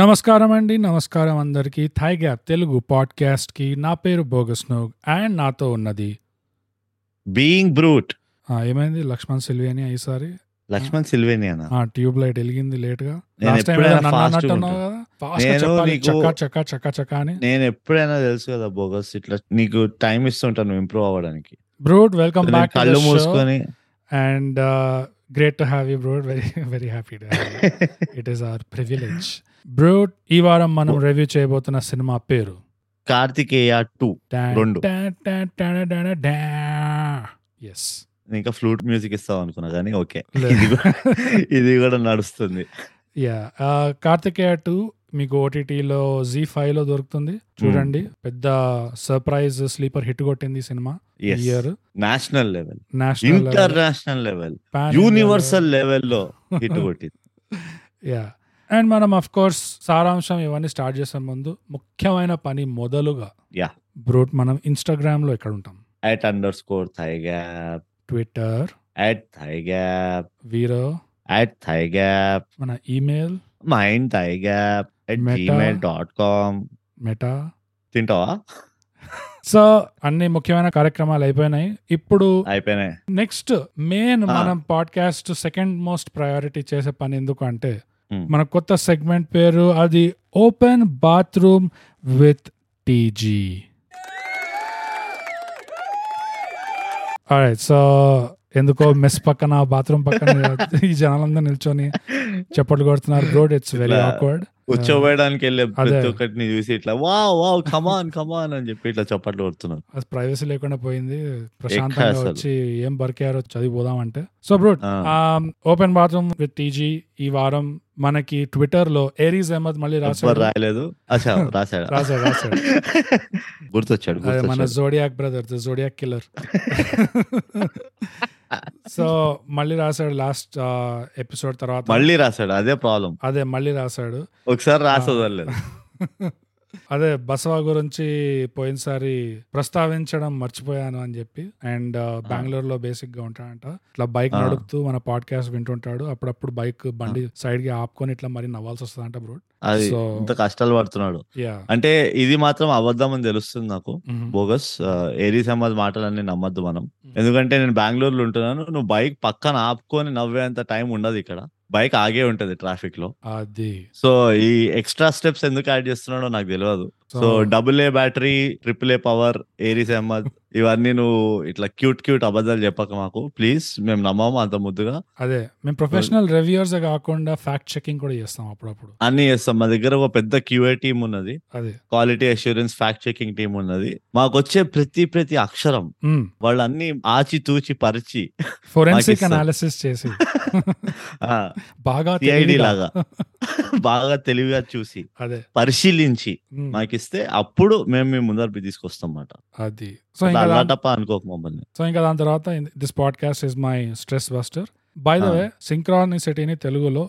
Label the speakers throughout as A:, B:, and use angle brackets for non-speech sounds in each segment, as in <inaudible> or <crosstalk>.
A: నమస్కారం అండి నమస్కారం అందరికీ థై గ్యాప్ తెలుగు పాడ్కాస్ట్కి నా పేరు బోగస్ నోగ్ అండ్ నాతో ఉన్నది
B: బీయింగ్ బ్రూట్
A: ఆ, ఏమైంది లక్ష్మణ్ సిల్వేని ఈసారి
B: లక్ష్మణ్ సిల్వేనియానా
A: ఆ ట్యూబ్ లైట్ వెలిగింది లేట్ గా
B: నేను
A: లాస్ట్ టైం
B: ఎప్పుడైనా
A: నన్ను
B: fast
A: అన్నట్టు
B: గా
A: అన్నావు
B: ఉంటా.
A: కదా ఫాస్ట్ గా
B: నేను
A: చెప్పాలి
B: నీకు-
A: చక్క చక్క చక్క చక్క అని
B: నేను ఎప్పుడైనా తెలుసు కదా బోగస్ ఇట్లా నీకు టైం ఇస్తుంటాను ఇంప్రూవ్ అవ్వడానికి
A: బ్రూడ్ వెల్కమ్
B: నేను
A: బ్యాక్
B: కళ్ళు మూసుకొని <laughs>
A: and great to have you brood very very happy
B: <laughs>
A: it is our privilege brood ఈ వారం మనం రివ్యూ చేయబోతున్న సినిమా పేరు
B: కార్తికేయ టూ రెండు. <laughs>
A: ఎస్
B: ఇంకా ఫ్లూట్ మ్యూజిక్ ఇస్తావు అనుకున్నా కానీ
A: <laughs>
B: ఓకే
A: లే.
B: ఇది కూడా ఇది కూడా నడుస్తుంది
A: యా Uh, కార్తికేయ టూ మీకు ఓటీటీలో జీ ఫైవ్ లో దొరుకుతుంది చూడండి
B: Hmm.
A: పెద్ద సర్ప్రైజ్ స్లీపర్ హిట్ కొట్టింది ఈ సినిమా year
B: national level
A: national
B: international level universal లెవెల్లో
A: <laughs>
B: హిట్ కొట్టింది
A: యా అండ్ మనం అఫ్ కోర్స్ సారాంశం ఇవన్నీ స్టార్ట్ చేసే ముందు ముఖ్యమైన పని మొదలుగా
B: Yeah.
A: బ్రోట్ మనం ఇన్స్టాగ్రామ్ లో ఎక్కడ ఉంటాం
B: at underscore thigh gap
A: Twitter
B: at thy gap
A: వీరో
B: అట్ థై గ్యాప్
A: మన email
B: mind thigh gap at
A: Meta.
B: Gmail dot com
A: Meta
B: తింటావా
A: సో అన్ని ముఖ్యమైన కార్యక్రమాలు అయిపోయినాయి ఇప్పుడు
B: అయిపోయినాయి
A: నెక్స్ట్ మెయిన్
B: Ah.
A: మనం పాడ్కాస్ట్ సెకండ్ మోస్ట్ ప్రయారిటీ చేసే పని ఎందుకు అంటే
B: Hmm.
A: మన కొత్త సెగ్మెంట్ పేరు అది ఓపెన్ బాత్రూమ్ విత్ టీజీ అరే సో ఎందుకో మెస్ పక్కన బాత్రూమ్ పక్కన ఈ జనాలందరూ నిల్చొని చప్పట్లు కొడుతున్నారు బ్రోడ్ ఇట్స్ వెరీ
B: ఇట్లా
A: ఆక్వర్డ్
B: కూర్చోబోయడానికి వెళ్ళే
A: అదే.
B: ప్రతి ఒక్కటిని చూసి ఇట్లా వా వా కమాన్ కమాన్ అని చెప్పి ఇట్లా చప్పట్లు కొడుతున్నారు
A: ప్రైవసీ లేకుండా పోయింది ప్రశాంతంగా
B: అసలు.
A: వచ్చి ఏం బరికారో చదివిపోదామంటే సో బ్రోడ్
B: ఆ,
A: ఓపెన్ బాత్రూమ్ విత్ టీజీ ఈ వారం మనకి ట్విట్టర్ లో ఏరీస్ అహ్మద్ మళ్ళీ
B: ఎవ్వరు
A: రాశాడు
B: రాయలేదు అచ్చా
A: <laughs>
B: రాశాడు
A: రాశాడు, రాశాడు.
B: <laughs> గుర్తొచ్చాడు
A: అదే మన
B: గుర్తొచ్చాడు
A: zodiac brother the zodiac
B: <laughs>
A: killer so మళ్ళీ రాశాడు లాస్ట్ ఎపిసోడ్ తర్వాత
B: మళ్ళీ రాశాడు అదే ప్రాబ్లం
A: అదే మళ్ళీ రాశాడు
B: ఒకసారి రాసదలేదు
A: <laughs> అదే బసవ గురించి పోయినసారి ప్రస్తావించడం మర్చిపోయాను అని చెప్పి అండ్ uh, బెంగళూరులో బేసిక్ గా ఉంటాడంట ఇట్లా బైక్
B: ఆ.
A: నడుపుతూ మన పాడ్కాస్ట్ వింటుంటాడు అప్పుడప్పుడు బైక్ బండి సైడ్ కి ఆపుకొని ఇట్లా మరి నవ్వాల్సి వస్తుందంట బ్రో
B: అది
A: సో
B: ఇంత కష్టాలు పడుతున్నాడు
A: యా
B: అంటే ఇది మాత్రం అబద్ధం అని తెలుస్తుంది నాకు
A: మ్మ్.
B: బోగస్ ఏరీ సమాజ్ మాటలన్నీ నమ్మద్దు మనం ఎందుకంటే నేను బెంగళూరులో ఉంటున్నాను నువ్వు బైక్ పక్కన ఆపుకొని నవ్వేంత టైం ఉండదు ఇక్కడ బైక్ ఆగే ఉంటది ట్రాఫిక్ లో
A: అది
B: సో ఈ ఎక్స్ట్రా స్టెప్స్ ఎందుకు యాడ్ చేస్తున్నాడో నాకు తెలియదు
A: so
B: so double A battery triple A power ఏరీస్ అహ్మద్ ఇవన్నీ నువ్వు ఇట్లా క్యూట్ క్యూట్ అబద్ధాలు చెప్పక మాకు ప్లీజ్ మేము నమ్మము అంత ముద్దుగా
A: అదే మేము ప్రొఫెషనల్ రివ్యూర్స్ కాకుండా ఫ్యాక్ట్ చెకింగ్ కూడా చేస్తాం అప్పుడప్పుడు
B: అన్ని చేస్తాం మా దగ్గర ఒక పెద్ద క్యూఏ టీం ఉన్నది
A: అదే
B: quality assurance fact checking team ఉన్నది మాకు వచ్చే ప్రతి ప్రతి అక్షరం వాళ్ళు అన్ని ఆచి తూచి పరిచి
A: ఫోరెన్సిక్
B: పాకిస్తాన్.
A: అనాలిసిస్ చేసి
B: <laughs> ఆ,
A: బాగా
B: CID
A: తెలివిగా.
B: లాగా. బాగా తెలివిగా చూసి
A: అదే
B: పరిశీలించి
A: మ్మ్.
B: మాకిస్తే అప్పుడు మేము మీ ముందర తీసుకొస్తాం అన్నమాట
A: అది సో ఇంకా దాని-
B: అలాటప్ప అనుకోక మమ్మల్ని
A: సో ఇంకా దాని తర్వాత this podcast is my stress buster by the
B: Ah.
A: Way సింక్రానిసిటీని తెలుగులో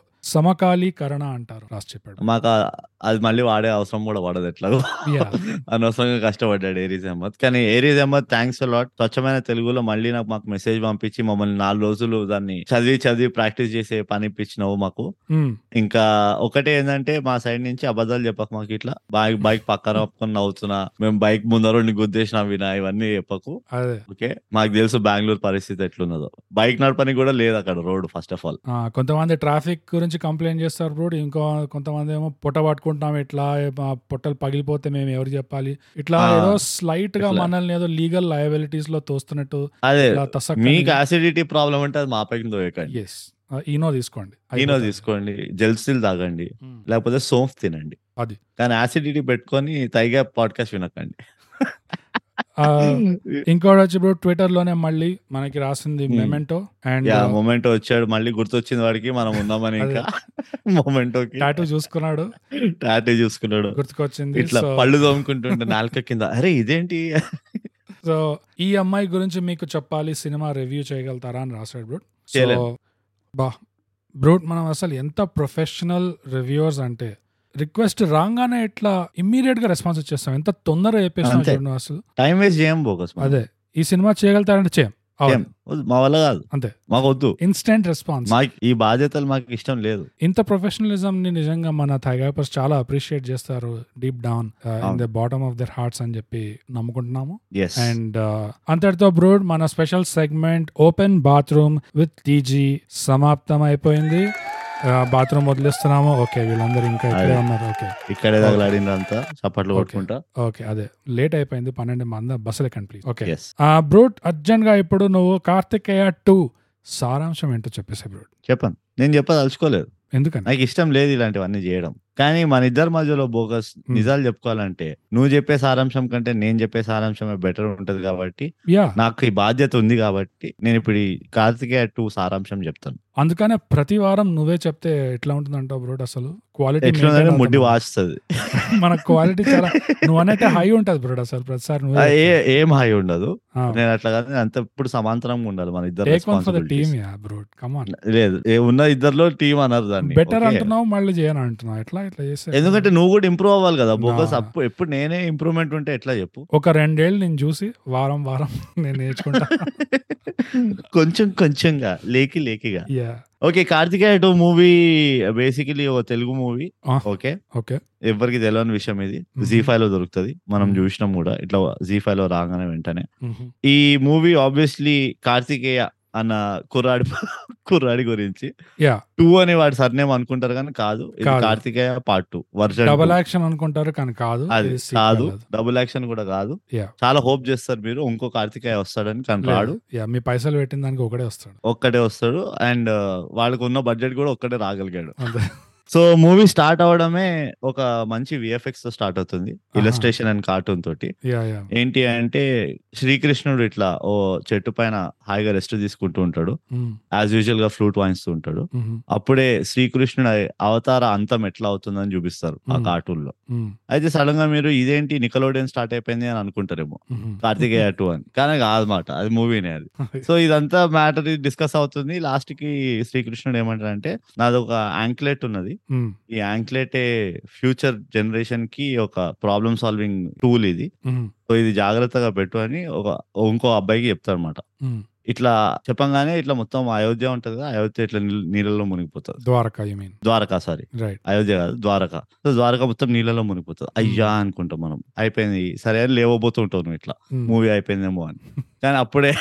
A: సమకాలీకరణ అంటారు రాసి చెప్పాడు
B: మాకు ఆ- అది మళ్ళీ వాడే అవసరం కూడా పడదు ఎట్లాగో
A: Yeah.
B: అనవసరంగా కష్టపడ్డాడు ఏరీస్ అహ్మద్ కానీ ఏరీస్ అహ్మద్ థ్యాంక్స్ లాట్ స్వచ్ఛమైన తెలుగులో మళ్ళీ నాకు మాకు మెసేజ్ పంపించి మమ్మల్ని నాలుగు రోజులు దాన్ని చదివి చదివి ప్రాక్టీస్ చేసే పని ఇప్పించినావు మాకు
A: మ్మ్.
B: ఇంకా ఒకటే ఏంటంటే మా సైడ్ నుంచి అబద్ధాలు చెప్పకు మాకు ఇట్లా బైక్ బైక్ పక్కన పక్కన నవ్వుతున్నా మేము బైక్ ముందర గుద్దేసిన వినా ఇవన్నీ చెప్పకు
A: అదే
B: ఓకే మాకు తెలుసు బెంగళూరు పరిస్థితి ఎట్లున్నదో బైక్ నడపని కూడా లేదు అక్కడ రోడ్ ఫస్ట్ ఆఫ్ ఆల్
A: ఆ, కొంతమంది ట్రాఫిక్ గురించి కంప్లైంట్ చేస్తారు బ్రో ఇంకో కొంతమంది ఏమో పొట్ట పట్టుకుంటున్నాం ఇట్లా మా పొట్టలు పగిలిపోతే మేము ఎవరు చెప్పాలి ఇట్లా
B: ఆ,
A: ఏదో స్లైట్ గా
B: ఇట్లా.
A: మనల్ని ఏదో లీగల్ లయబిలిటీస్ లో తోస్తున్నట్టు
B: అదే
A: ఇట్లా తసక్కని-
B: మీకు యాసిడిటీ ప్రాబ్లం అంటే అది మా పైకి దొరకండి
A: Yes. ఆ, ఈనో తీసుకోండి
B: ఈనో
A: అయిపోతుంది.
B: తీసుకోండి జెల్సిల్ తాగండి
A: ఉమ్.
B: లేకపోతే సోంఫ్ తినండి
A: అది.
B: కానీ యాసిడిటీ పెట్టుకొని తైగా పాడ్కాస్ట్ వినకండి
A: ఆ, ఇంకోటి వచ్చి ఇప్పుడు ట్విట్టర్ లోనే మళ్ళీ మనకి రాసింది
B: Hmm.
A: Memento and
B: yeah memento వచ్చాడు మళ్ళీ గుర్తొచ్చింది వాడికి మనం ఉన్నామని ఇంకా మొమెంటోకి
A: టాటూ చూసుకున్నాడు
B: టాటూ చూసుకున్నాడు
A: గుర్తుకొచ్చింది
B: ఇట్లా
A: So-
B: పళ్ళు తోముకుంటుంటే నాలుక కింద అరే ఇదేంటి
A: సో ఈ అమ్మాయి గురించి మీకు చెప్పాలి సినిమా రివ్యూ చేయగలుగుతారా అని రాశాడు బ్రూట్ సో
B: చేయలేను.
A: బా బ్రూట్ మనం అసలు ఎంత ప్రొఫెషనల్ రివ్యూవర్స్ అంటే రిక్వెస్ట్ రాగానే ఇట్లా ఇమ్మీడియట్ గా రెస్పాన్స్ ఇచ్చేస్తాం ఎంత తొందరగా చెప్పేస్తాం
B: అంతే.
A: చూడండి అసలు
B: టైం వేస్ట్ చేయం బోకస్
A: అదే ఈ సినిమా చేయగలుగుతారంటే చేయం
B: ఏం? వద్దు, మా వల్ల కాదు
A: అంతే.
B: మాకు వద్దు
A: ఇన్స్టెంట్ రెస్పాన్స్
B: మాకు ఈ బాధ్యతలు మాకు ఇష్టం లేదు
A: ఇంత ప్రొఫెషనలిజం ని నిజంగా మన థైగాపర్స్ చాలా అప్రిషియేట్ చేస్తారు uh, డీప్ డౌన్ ఇన్
B: అవును.
A: The bottom of their hearts అని చెప్పి నమ్ముకుంటున్నాము
B: ఎస్
A: అండ్ uh, అంతటితో బ్రూడ్ మన special segment open bathroom with TG సమాప్తం అయిపోయింది బాత్రూమ్ వదిలేస్తున్నాము ఓకే వీళ్ళందరూ ఇంకా ఇక్కడే
B: అదే.
A: ఉన్నారు ఓకే
B: ఇక్కడే తగలాడినంతా చప్పట్లు కొట్టుకుంటా
A: ఓకే అదే లేట్ అయిపోయింది పన్నెండు మంది బస్సులు ఎక్కండి ప్లీజ్ ఓకే
B: ఎస్
A: బ్రూట్ అర్జెంట్ గా ఇప్పుడు నువ్వు కార్తికేయ టూ సారాంశం ఏంటో చెప్పేసి బ్రూట్
B: చెప్పను నేను చెప్పదలుచుకోలేదు
A: ఎందుకని
B: నాకు ఇష్టం లేదు ఇలాంటివన్నీ చేయడం కానీ మన ఇద్దరి మధ్యలో బోకస్
A: Hmm.
B: నిజాలు చెప్పుకోవాలంటే నువ్వు చెప్పే సారాంశం కంటే నేను చెప్పే సారాంశమే బెటర్ ఉంటది కాబట్టి
A: యా
B: నాకు ఈ బాధ్యత ఉంది కాబట్టి నేను ఇప్పుడు ఈ కార్తికేయ టూ సారాంశం చెప్తాను
A: అందుకనే ప్రతి వారం నువ్వే చెప్తే ఎట్లా ఉంటుందంటావు బ్రోడ్ అసలు క్వాలిటీ
B: ఎట్లుందంటే ముడ్డి వాస్తుంది
A: <laughs> మన క్వాలిటీ చాలా నువ్వు అనేది హై ఉంటది బ్రోడ్ అసలు ప్రతిసారి నువ్వే
B: <laughs> ఏ ఏం హాయి ఉండదు నేను అట్లా కాదు నేను అంత ఇప్పుడు సమాంతరంగా ఉండాలి మన ఇద్దరు
A: take one for the
B: responsibilities.
A: Team yeah బ్రోడ్ కమాన్
B: లేదు ఏ ఉన్న ఇద్దరిలో టీం అన్నారు దాన్ని
A: బెటర్
B: okay?
A: అంటున్నావు మళ్ళీ చేయను అంటున్నావు ఎట్లా ఇట్లా చేస్తే
B: ఎందుకంటే నువ్వు కూడా ఇంప్రూవ్ అవ్వాలి కదా బోకస్
A: నా.
B: అప్పుడు ఎప్పుడు నేనే ఇంప్రూవ్మెంట్ ఉంటే ఎట్లా చెప్పు
A: ఒక రెండేళ్ళు నేను చూసి వారం వారం <laughs> నేను నేర్చుకుంటా
B: కొంచెం కొంచెంగా లేకి లేకిగా
A: yeah
B: okay Karthikeya two movie basically ఒక Telugu movie
A: Ah.
B: Okay
A: okay
B: ఎవరికి తెలియని విషయం ఇది
A: Mhm.
B: జీ ఫైవ్ లో దొరుకుతుంది మనం చూసినాం కూడా ఇట్లా జీ ఫైవ్ లో రాగానే వెంటనే ఈ మూవీ ఆబ్వియస్లీ కార్తికేయ అన్న కుర్రాడి కుర్రాడి గురించి
A: యా
B: టూ అని వాడి సర్నేమ్ అనుకుంటారు కానీ కాదు ఇది
A: కాదు.
B: Karthikeya part two version
A: double
B: two.
A: Action అనుకుంటారు కానీ కాదు
B: అది
A: ఇది sequel
B: కాదు
A: అది.
B: డబుల్ యాక్షన్ కూడా కాదు
A: Yeah.
B: చాలా హోప్ చేస్తారు మీరు ఇంకో కార్తికేయ వస్తాడని కానీ
A: లేదు.
B: రాడు
A: యా మీ పైసలు పెట్టిన దానికి ఒకడే వస్తాడు
B: ఒక్కడే వస్తాడు అండ్ uh, వాళ్ళకు ఉన్న బడ్జెట్ కూడా ఒక్కడే రాగలిగాడు
A: అంతే
B: సో మూవీ స్టార్ట్ అవడమే ఒక మంచి విఎఫ్ఎక్స్ తో స్టార్ట్ అవుతుంది
A: ఆహా.
B: ఇలస్ట్రేషన్ అండ్ కార్టూన్ తోటి
A: యా
B: <laughs>
A: యా
B: ఏంటి అంటే శ్రీకృష్ణుడు ఇట్లా ఓ చెట్టు పైన హాయిగా రెస్ట్ తీసుకుంటూ ఉంటాడు
A: మ్మ్.
B: యాజ్ యూజువల్ గా ఫ్లూట్ వాయిస్తూ ఉంటాడు
A: మ్మ్.
B: అప్పుడే శ్రీకృష్ణుడు అవతార అంతం ఎట్లా అవుతుందని చూపిస్తారు ఆ
A: Hmm.
B: కార్టూన్ లో
A: మ్మ్.
B: అయితే సడన్ గా మీరు ఇదేంటి నికలోడియన్ స్టార్ట్ అయిపోయింది అని అనుకుంటారేమో
A: మ్మ్. <laughs>
B: కార్తికేయ టూ అని కానీ కాదన్నమాట అది మూవీనే అది సో ఇదంతా మ్యాటర్ డిస్కస్ అవుతుంది లాస్ట్ కి శ్రీకృష్ణుడు ఏమంటాడంటే నాదొక యాంక్లెట్ ఉన్నది
A: మ్మ్.
B: ఈ యాంక్లెటే ఫ్యూచర్ జనరేషన్ కి ఒక ప్రాబ్లమ్ సాల్వింగ్ టూల్ ఇది
A: మ్మ్.
B: సో ఇది జాగ్రత్తగా పెట్టు అని ఒక ఇంకో అబ్బాయికి చెప్తారనమాట
A: మ్మ్.
B: ఇట్లా చెప్పంగానే ఇట్లా మొత్తం అయోధ్య ఉంటది కదా అయోధ్య ఇట్లా నీళ్ళ- నీళ్ళలో మునిగిపోతుంది
A: Dwaraka you mean
B: Dwaraka sorry
A: right
B: Ayodhya కాదు ద్వారకా సో ద్వారకా మొత్తం నీళ్ళలో మునిగిపోతుంది అయ్యా అనుకుంటాం మనం అయిపోయింది సరే అని లేవబోతుంటావు నువ్వు ఇట్లా మూవీ అయిపోయిందేమో అని కానీ అప్పుడే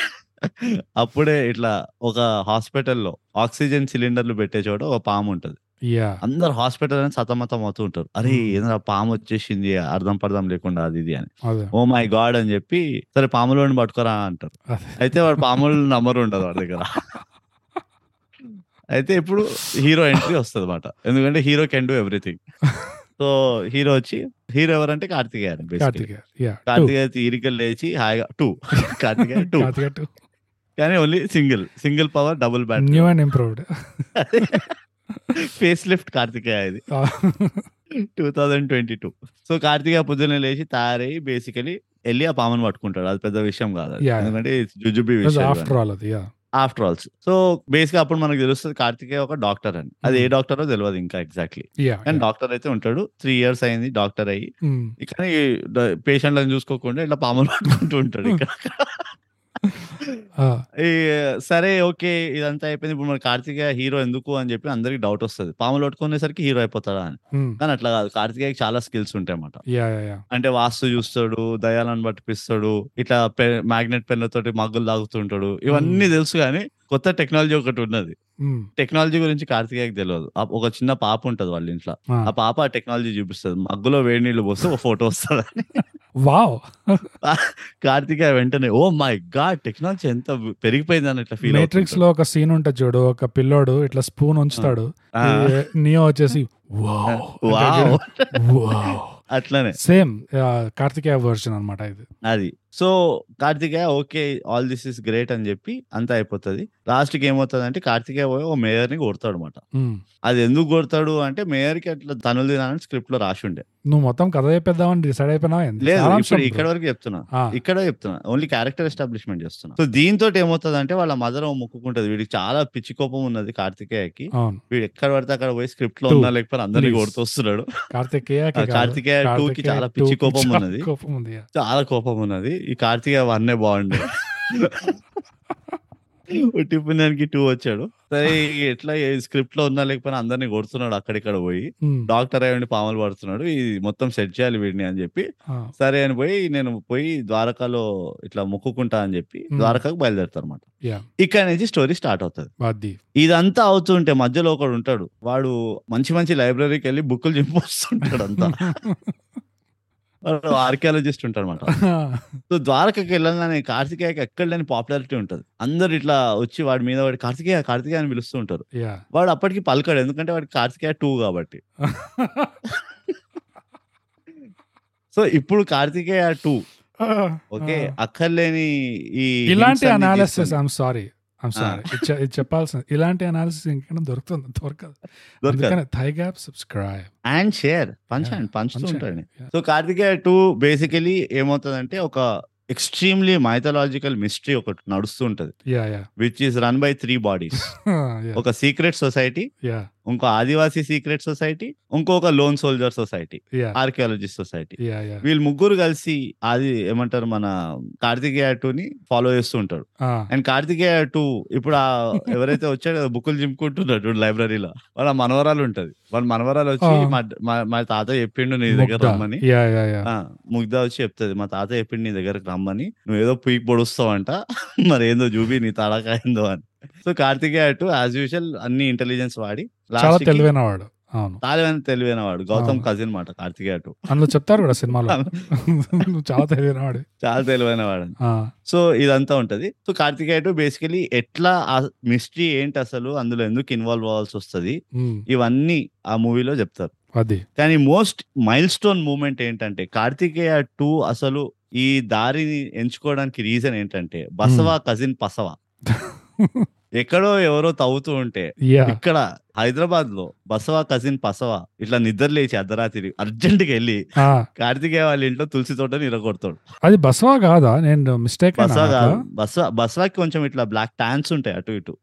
B: అప్పుడే ఇట్లా ఒక హాస్పిటల్లో ఆక్సిజన్ సిలిండర్లు పెట్టే చోట ఒక పాము ఉంటుంది
A: యా
B: అందరు హాస్పిటల్ అని సతమతం అవుతూ ఉంటారు అరే
A: Hmm.
B: ఏంద్రా పాము వచ్చేసింది అర్థం పర్థం లేకుండా అది ఇది అని
A: అదే
B: ఓ మై గాడ్ అని చెప్పి సరే పాములోని పట్టుకోరా అంటారు
A: అదే
B: అయితే వాడు పాముల నంబర్ ఉండదు వాడి దగ్గర అయితే ఇప్పుడు హీరో ఎంట్రీ వస్తుంది అనమాట ఎందుకంటే hero can do everything so hero వచ్చి హీరో ఎవరంటే కార్తికేయ basically.
A: కార్తికేయ యా
B: కార్తికేయ తీరికలు లేచి హాయిగా టూ <laughs> కార్తికేయ
A: <laughs>
B: టూ కానీ only single single power double bat
A: new
B: <laughs>
A: and improved
B: face lift Karthikeya ఇది two thousand twenty two so Karthikeya పొద్దున్నే లేచి తయారై బేసికలీ వెళ్ళి ఆ పామును పట్టుకుంటాడు అది పెద్ద విషయం కాదు అది.
A: Yeah, yeah.
B: ఎందుకంటే it's జుజుబి విషయం
A: ఆఫ్టర్ ఆల్ అది yeah
B: after all's so basic అప్పుడు మనకు తెలుస్తుంది కార్తికేయ ఒక డాక్టర్ అని అది ఏ
A: Hmm.
B: డాక్టరో తెలియదు ఇంకా ఎగ్జాక్ట్లీ
A: యా
B: కానీ డాక్టర్ అయితే ఉంటాడు త్రీ ఇయర్స్ అయింది డాక్టర్ అయ్యి కానీ పేషెంట్లను చూసుకోకుండా ఇట్లా పాములు <laughs> పట్టుకుంటూ ఉంటాడు ఇక్కడ ఈ, సరే ఓకే ఇదంతా అయిపోయింది ఇప్పుడు మన కార్తికేయ హీరో ఎందుకు అని చెప్పి అందరికి డౌట్ వస్తుంది పాములు పట్టుకునేసరికి హీరో అయిపోతాడా అని కానీ అట్లా కాదు కార్తికేయకి చాలా స్కిల్స్ ఉంటాయి అన్నమాట
A: యా యా
B: అంటే వాస్తు చూస్తాడు దయాలను పట్టిపిస్తాడు ఇట్లా మ్యాగ్నెట్ పెన్లతోటి మగ్గులు తాగుతుంటాడు ఇవన్నీ
A: Hmm.
B: తెలుసు కానీ కొత్త టెక్నాలజీ ఒకటి ఉన్నది టెక్నాలజీ గురించి కార్తికేయకి తెలియదు ఆ ఒక చిన్న పాప ఉంటది వాళ్ళ ఇంట్లో
A: Ah.
B: ఆ పాప ఆ టెక్నాలజీ చూపిస్తుంది మగ్గులో వేడి నీళ్ళు పోస్తే ఒక ఫోటో వస్తుంది
A: వావ్
B: కార్తికేయ వెంటనే ఓ మై గాడ్ టెక్నాలజీ ఎంత పెరిగిపోయింది అని ఇట్లా ఫీల్
A: మేట్రిక్స్ లో ఒక సీన్ ఉంటుంది చూడు ఒక పిల్లోడు ఇట్లా స్పూన్ ఉంచుతాడు ఈ నియో వచ్చేసి
B: <laughs>
A: వావ్
B: వావ్
A: వావ్
B: అట్లనే
A: సేమ్ కార్తికేయ వర్షన్ అన్నమాట ఇది
B: అది so Karthikeya okay all this is great అని చెప్పి అంతా అయిపోతుంది లాస్ట్ కి ఏమవుతుంది అంటే కార్తికేయ పోయి ఓ మేయర్ ని కొడతాడు అనమాట
A: మ్మ్.
B: అది ఎందుకు కొడతాడు అంటే మేయర్ కి అట్లా తనులు తినాలని స్క్రిప్ట్ లో రాసి ఉండే
A: నువ్వు మొత్తం కథ చెప్పేద్దామని డిసైడ్ అయిపోయినావు ఏంది?
B: లేదు
A: సారాంశం
B: ఇప్పుడు
A: bro.
B: ఇక్కడ వరకు చెప్తున్నా
A: ఆ,
B: ఇక్కడ చెప్తున్నా ఓన్లీ క్యారెక్టర్ ఎస్టాబ్లిష్మెంట్ చేస్తున్నా సో దీంతో ఏమవుతుంది అంటే వాళ్ళ మదర్ మొక్కుకుంటది వీడికి చాలా పిచ్చి కోపం ఉన్నది కార్తికేయకి
A: అవును
B: వీడు ఎక్కడ పడితే అక్కడ పోయి స్క్రిప్ట్ లో
A: Two.
B: ఉన్నా లేకపోతే అందరినీ
A: Please.
B: కొడుతొస్తున్నాడు
A: కార్తికేయ
B: ఆ, కార్తికేయ two కి చాలా పిచ్చి కోపం ఉన్నది
A: కోపం ఉంది yeah.
B: చాలా కోపం ఉన్నది ఈ కార్తికేయ వన్నే బాగుండే పుట్టిపోయినానికి టూ వచ్చాడు సరే ఇక ఎట్లా స్క్రిప్ట్ లో ఉన్నా లేకపోయినా అందరినీ కొడుతున్నాడు అక్కడిక్కడ పోయి
A: Hmm.
B: డాక్టర్ అయ్యండి పాములు పడుతున్నాడు ఇది మొత్తం సెట్ చేయాలి వీడిని అని చెప్పి సరే అని పోయి నేను పోయి ద్వారకాలో ఇట్లా మొక్కుకుంటా అని చెప్పి
A: Hmm.
B: ద్వారకాకు బయలుదేరుతారు అనమాట
A: Yeah.
B: ఇక్కడ నుంచి స్టోరీ స్టార్ట్ అవుతుంది <laughs>
A: <laughs> బాద్ది
B: ఇదంతా అవుతుంటే మధ్యలో ఒకడు ఉంటాడు వాడు మంచి మంచి లైబ్రరీకి వెళ్ళి బుక్కులు చింపొస్తుంటాడు అంతా వాడు ఆర్కియాలజిస్ట్ ఉంటాడు అనమాట సో ద్వారకకి వెళ్ళగానే కార్తికేయకి ఎక్కడ లేని పాపులారిటీ ఉంటుంది అందరు ఇట్లా వచ్చి వాడి మీద వాడి కార్తికేయ కార్తికేయ అని పిలుస్తూ ఉంటారు
A: యా
B: వాడు అప్పటికి పలకడు ఎందుకంటే వాడి కార్తికేయ టూ కాబట్టి సో ఇప్పుడు కార్తికేయ టూ ఓకే అక్కర్లేని ఈ
A: ఇలాంటి
B: hints అన్ని
A: అనాలిసిస్
B: తీసుకొని-
A: I'm sorry I'm
B: Ah.
A: Sorry ఇది చెప్పాల్సిన ఇలాంటి అనాలిసిస్ ఇంకైనా దొరుకుతుంది దొరకదు
B: దొరకదు.
A: అందుకని thigh gap subscribe
B: and share punch
A: Yeah,
B: and పంచుతూ
A: పంచండి.
B: ఉంటాడు
A: Yeah.
B: So Karthikeya two basically ఏమవుతుందంటే ఒక ఎక్స్ట్రీమ్లీ మైథలాజికల్ మిస్టరీ ఒకటి నడుస్తూ ఉంటది
A: yeah <laughs> yeah
B: which is run by three
A: <laughs>
B: bodies
A: yeah
B: ఒక సీక్రెట్ సొసైటీ
A: యా
B: ఇంకో ఆదివాసీ సీక్రెట్ సొసైటీ ఇంకొక lone soldier society
A: yeah
B: archaeologist society
A: yeah yeah
B: వీళ్ళు ముగ్గురు కలిసి అది ఏమంటారు మన కార్తికేయ ని ఫాలో చేస్తూ ఉంటారు
A: Ah.
B: అండ్ కార్తికేయ టూ ఇప్పుడు ఆ ఎవరైతే వచ్చాడో కదా, బుక్కులు చింపుకుంటున్నాడు చూడు లైబ్రరీలో వాళ్ళ మనవరాలు ఉంటది వాళ్ళ మనవరాలు వచ్చి
A: ఆ.
B: మా- మా- మా తాత చెప్పిండు నీ దగ్గర రమ్మని Ah,
A: యా యా యా
B: ఆ, ముగ్ధ వచ్చి చెప్తది మా తాత చెప్పిండు నీ దగ్గరకు రమ్మని నువ్వు ఏదో పీక్ పొడుస్తావంట మరి ఏందో చూపి నీ తడాకా ఏందో అని so Karthikeya two as usual అన్ని ఇంటెలిజెన్స్ వాడి
A: చాలా
B: last కి
A: తెలివైన వాడు అవును
B: తాలివైన తెలివైన వాడు గౌతమ్
A: ఆ.
B: కజిన్ మాట కార్తికేయ టూ
A: అందులో చెప్తారు కూడా సినిమాలో నువ్వు <laughs> చాలా తెలివైన వాడు
B: చాలా తెలివైన వాడు అని.
A: ఆ,
B: సో ఇదంతా ఉంటది సో కార్తికేయ టూ బేసికలీ ఎట్లా ఆ మిస్టరీ ఏంటి అసలు అందులో ఎందుకు ఇన్వాల్వ్ అవ్వాల్సి వస్తది
A: ఉమ్,
B: ఇవన్నీ ఆ మూవీలో చెప్తారు
A: అది
B: కానీ మోస్ట్ మైల్ స్టోన్ మూమెంట్ ఏంటంటే కార్తికేయ టూ అసలు ఈ దారిని ఎంచుకోవడానికి రీజన్ ఏంటంటే బసవా కజిన్ పసవా ఎక్కడో ఎవరో తవ్వుతూ ఉంటే
A: యా
B: ఇక్కడ హైదరాబాద్ లో బసవా కజిన్ పసవా ఇట్లా నిద్ర లేచి అర్ధరాత్రి అర్జెంట్ గా వెళ్ళి
A: ఆ,
B: కార్తికేయ వాళ్ళ ఇంట్లో తులసి తోటని ఇరగొడతాడు
A: అది బస్వా కాదా నేను మిస్టేక్
B: బసవా కాదు బసవా బసవాకి కొంచెం ఇట్లా బ్లాక్ టాన్స్ ఉంటాయి అటు ఇటు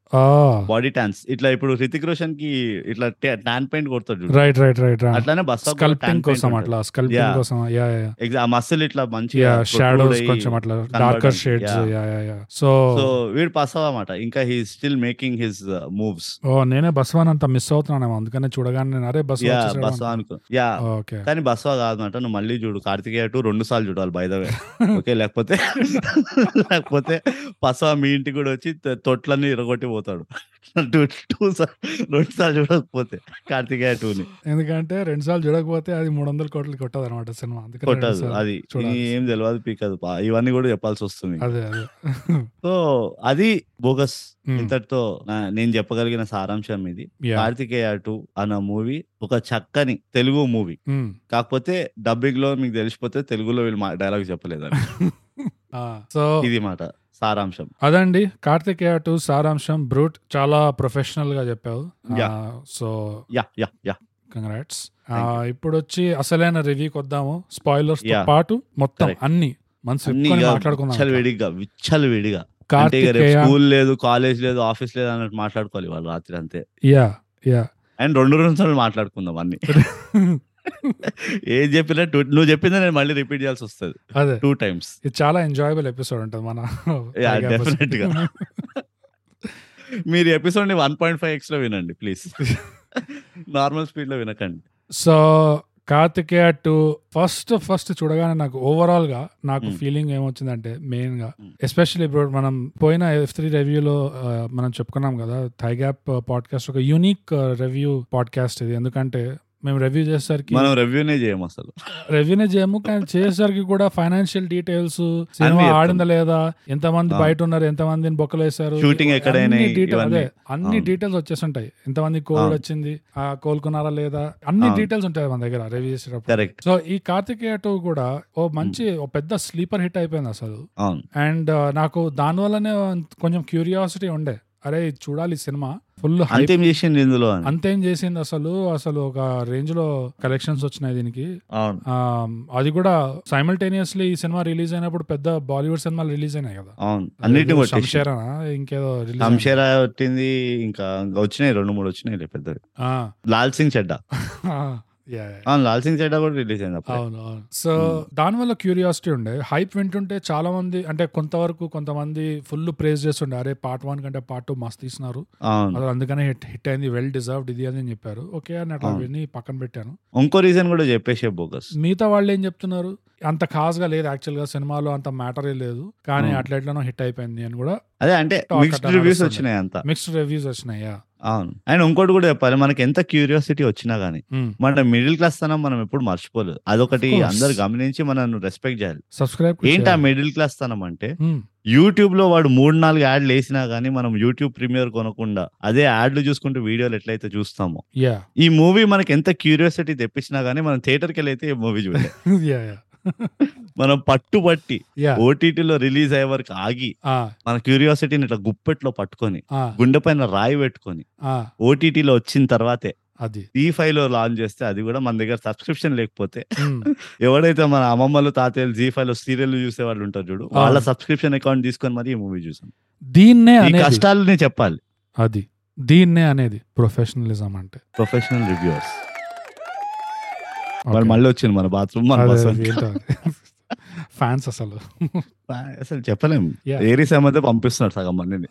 B: బాడీ టాన్స్ ఇట్లా ఇప్పుడు హృతిక్ రోషన్ కి ఇట్లా టాన్ పెయింట్ కొడతాడు చూడు.
A: రైట్ రైట్ రైట్ రైట్
B: అట్లానే బసవా
A: స్కల్పింగ్ కోసం అట్లా
B: Yeah.
A: స్కల్పింగ్ కోసం యా యా
B: ఆ మసిల్ ఇట్లా మంచిగా
A: యా
B: protrude
A: షాడోస్
B: అయ్యి.
A: కొంచెం అట్లా
B: కనబడడం.
A: Darker shades
B: Yeah.
A: Yeah yeah yeah so
B: so వీడు పసవా అన్నమాట ఇంకా he still making his moves
A: ఓ oh, నేనే బస్వాన్ అంత మిస్ అవుతున్నాను అందుకనే చూడగానే నేను అరే బస్
B: యా బసవా అనుకో యా
A: ఓకే
B: కానీ బసవా కాదన్నమాట నువ్వు మళ్ళీ చూడు కార్తికేయ టూ రెండు సార్లు చూడాలి బయదవే ఓకే లేకపోతే లేకపోతే పసవా మీ ఇంటికి కూడా వచ్చి త- తొట్లన్నీ ఇరగొట్టి పోతాడు టూ టూ సార్లు రెండు సార్లు చూడకపోతే కార్తికేయ టూని
A: ఎందుకంటే రెండు సార్లు చూడకపోతే అది మూడు వందల కోట్లు కొట్టదు అనమాట సినిమా అందుకని
B: కొట్టదు
A: రెండుసార్లు.
B: అది
A: చూడాలి.
B: ఇది ఏం తెలియదు పీకదు పా. ఇవన్నీ కూడా చెప్పాల్సి వస్తుంది
A: అదే అదే <laughs>
B: సో అది బోగస్
A: Hmm.
B: ఇంతటితో నా- నేను చెప్పగలిగిన సారాంశం ఇది
A: యా
B: కార్తికేయ టూ అన్న మూవీ ఒక చక్కని తెలుగు మూవీ
A: <laughs> ఉమ్.
B: కాకపోతే డబ్బింగ్ లో మీకు తెలిసిపోతే తెలుగులో వీళ్ళు మా డైలాగ్ చెప్పలేదని
A: ఆ, సో
B: ఇది మాట సారాంశం
A: Ah, అదండి కార్తికేయ టూ సారాంశం బ్రూట్ చాలా ప్రొఫెషనల్ గా చెప్పావు Ah, ఆ,
B: Yeah.
A: So
B: yeah yeah yeah
A: congrats
B: Thank
A: ఇప్పుడు వచ్చి అసలైన రివ్యూకి వద్దాము స్పాయిలర్స్ తో
B: Yeah.
A: పాటు మొత్తం
B: Correct.
A: అన్ని మనసు విప్పుకొని
B: అన్నీగా విచ్చల
A: మాట్లాడుకుందాం
B: విడిగా విచ్చల విడిగా అంటే ఇక రేపు
A: కార్తికేయ
B: స్కూల్ లేదు కాలేజ్ లేదు ఆఫీస్ లేదు అన్నట్టు మాట్లాడుకోవాలి వాళ్ళు రాత్రి అంతే
A: యా <laughs> యా
B: అండ్ రెండు రోజులు మాట్లాడుకుందాం అన్ని <laughs> ఏం చెప్పినా two- నువ్వు చెప్పిందే నేను మళ్ళీ రిపీట్ చేయాల్సి వస్తుంది
A: అదే
B: టూ టైమ్స్
A: ఇది చాలా ఎంజాయబుల్ ఎపిసోడ్ ఉంటుంది మన
B: Yeah,
A: Tiger episode.
B: definitely గా.
A: <laughs>
B: మీరు ఎపిసోడ్ ని వన్ పాయింట్ ఫైవ్ ఎక్స్ లో వినండి
A: <laughs>
B: ప్లీజ్ నార్మల్ స్పీడ్ లో వినకండి
A: so Karthikeya two first first చూడగానే నాకు ఓవరాల్ గా నాకు
B: Hmm.
A: ఫీలింగ్ ఏమొచ్చిందంటే మెయిన్ గా
B: Hmm.
A: ఎస్పెషల్లీ ఇప్పుడు మనం పోయిన ఎఫ్ త్రీ రివ్యూలో మనం చెప్పుకున్నాం కదా థైగ్యాప్ పాడ్కాస్ట్ ఒక యూనిక్ రివ్యూ పాడ్కాస్ట్ ఇది ఎందుకంటే మేము రివ్యూ చేసేసరికి
B: మనం రెవ్యూనే చేయము అసలు
A: రెవ్యూనే చేయము కానీ చేసేసరికి కూడా ఫైనాన్షియల్ డీటెయిల్స్ సినిమా
B: చెప్తాం.
A: ఆడిందా లేదా ఎంతమంది
B: ఆ.
A: బయట ఉన్నారు ఎంతమందిని బొక్కలు వేశారు
B: Shooting ఎక్కడైనా
A: అన్ని detail-
B: ఇవన్నీ.
A: అదే, అన్ని
B: అవును.
A: డీటెయిల్స్ వచ్చేస్తుంటాయి ఎంతమంది కోవిడ్
B: అవును.
A: వచ్చింది ఆ కోలుకున్నారా లేదా అన్ని
B: అవును.
A: డీటెయిల్స్ ఉంటాయి మన దగ్గర రివ్యూ చేసేటప్పుడు
B: కరెక్ట్
A: సో ఈ కార్తికేయ టూ కూడా ఓ మంచి ఓ పెద్ద స్లీపర్ హిట్ అయిపోయింది అసలు
B: అవును
A: అండ్ నాకు దానివల్లనే కొంచెం క్యూరియాసిటీ ఉండే అరే ఇది చూడాలి ఈ సినిమా ఫుల్ హైప్
B: అంతేం చేసింది ఇందులో అని
A: అంతేం చేసింది అసలు అసలు ఒక రేంజ్ లో కలెక్షన్స్ వచ్చినాయి దీనికి
B: అవును
A: ఆ, అది కూడా సైమల్టేనియస్లీ ఈ సినిమా రిలీజ్ అయినప్పుడు పెద్ద బాలీవుడ్ సినిమాలు రిలీజ్ అయినాయి కదా
B: అవును అన్నిటిని
A: ఏదో
B: కొట్టేసి
A: శంషేరానా ఇంకేదో release అయినాయి.
B: శంషేరా కొట్టింది ఇంకా వచ్చినాయి రెండు మూడు వచ్చినాయి పెద్దవి
A: ఆ, <laughs>
B: లాల్ సింగ్ చెడ్డా
A: ఆ, Yeah, yeah.
B: అవును లాల్ సింగ్ చేడా కూడా రిలీజ్ అయింది అప్పుడు
A: అవును అవును సో
B: Hmm.
A: దాని వల్ల క్యూరియాసిటీ ఉండే హైప్ వింటుంటే చాలా మంది అంటే కొంతవరకు కొంతమంది ఫుల్ ప్రేజ్ చేస్తుండే అరే పార్ట్ వన్ కంటే పార్ట్ టూ మస్తు తీసినారు
B: అవును
A: అసలు అందుకనే హిట్ హిట్ అయింది వెల్ డిజర్వ్డ్ ఇది అని చెప్పారు ఓకే అని అట్లా
B: అవును.
A: విని పక్కన పెట్టాను
B: ఇంకో రీజన్ కూడా చెప్పేసే బోగస్
A: మిగతా వాళ్ళు ఏం చెప్తున్నారు అంత ఖాస్గా లేదు యాక్చువల్ గా సినిమాలో అంత మ్యాటరే లేదు కానీ
B: Hmm.
A: అట్లా ఎట్లనో హిట్ అయిపోయింది అని కూడా
B: అదే అంటే
A: Talk
B: మిక్స్డ్
A: అట్లా
B: రివ్యూస్
A: నడుస్తుంది.
B: వచ్చినాయి అంతా
A: మిక్స్డ్ రివ్యూస్ వచ్చినాయా
B: అవును అండ్ ఇంకోటి కూడా చెప్పాలి మనకి ఎంత క్యూరియాసిటీ వచ్చినా గానీ
A: Hmm.
B: మన మిడిల్ క్లాస్ తనం మనం ఎప్పుడు మర్చిపోలేదు అదొకటి
A: Of course.
B: అందరు గమనించి మనల్ని రెస్పెక్ట్ చేయాలి
A: సబ్స్క్రైబ్ కూడా
B: ఏంటి ఆ
A: చేయాలి.
B: మిడిల్ క్లాస్ తనం అంటే
A: Hmm.
B: యూట్యూబ్ లో వాడు మూడు నాలుగు యాడ్లు వేసినా గానీ మనం యూట్యూబ్ ప్రీమియర్ కొనకుండా అదే యాడ్లు చూసుకుంటూ వీడియోలు ఎట్లయితే చూస్తామో
A: Yeah. <laughs>
B: ఈ మూవీ మనకి ఎంత క్యూరియాసిటీ తెప్పించినా గానీ మనం థియేటర్కి వెళ్ళి అయితే మూవీ చూడలేదు
A: Yeah, yeah.
B: మనం
A: <laughs>
B: పట్టుబట్టి
A: Yeah. Ah,
B: ఓటీటీలో రిలీజ్ అయ్యే వరకు ఆగి
A: ఆ,
B: మన క్యూరియాసిటీని ఇట్లా గుప్పెట్లో పట్టుకొని
A: ఆ,
B: గుండె పైన రాయి పెట్టుకొని
A: ఆ,
B: ఓటీటీలో వచ్చిన తర్వాతే
A: ah, అది
B: ఈ ఫైవ్ లో లాంచ్ చేస్తే అది కూడా మన దగ్గర సబ్స్క్రిప్షన్ లేకపోతే
A: Hmm.
B: ఎవడైతే మన అమ్మమ్మలు తాతయ్యలు జీ ఫైవ్ లో సీరియల్ చూసే వాళ్ళు ఉంటారు చూడు వాళ్ళ
A: అవును.
B: సబ్స్క్రిప్షన్ అకౌంట్ తీసుకొని మరి ఈ మూవీ చూసాం
A: దీన్నే
B: ఈ
A: అనేది
B: కష్టాలని చెప్పాలి
A: అది దీన్నే అనేది ప్రొఫెషనలిజం అంటే
B: ప్రొఫెషనల్ రివ్యూవర్స్
A: Okay.
B: వాళ్ళు మళ్ళీ వచ్చింది మన బాత్రూమ్ మన
A: అదే,
B: బస్
A: అది ఏంటో అది. <laughs> ఫ్యాన్స్ అసలు
B: అసలు చెప్పలేం
A: Yeah.
B: ఏరీస్ ఏమైతే పంపిస్తున్నారు సగం
A: <laughs>
B: మందిని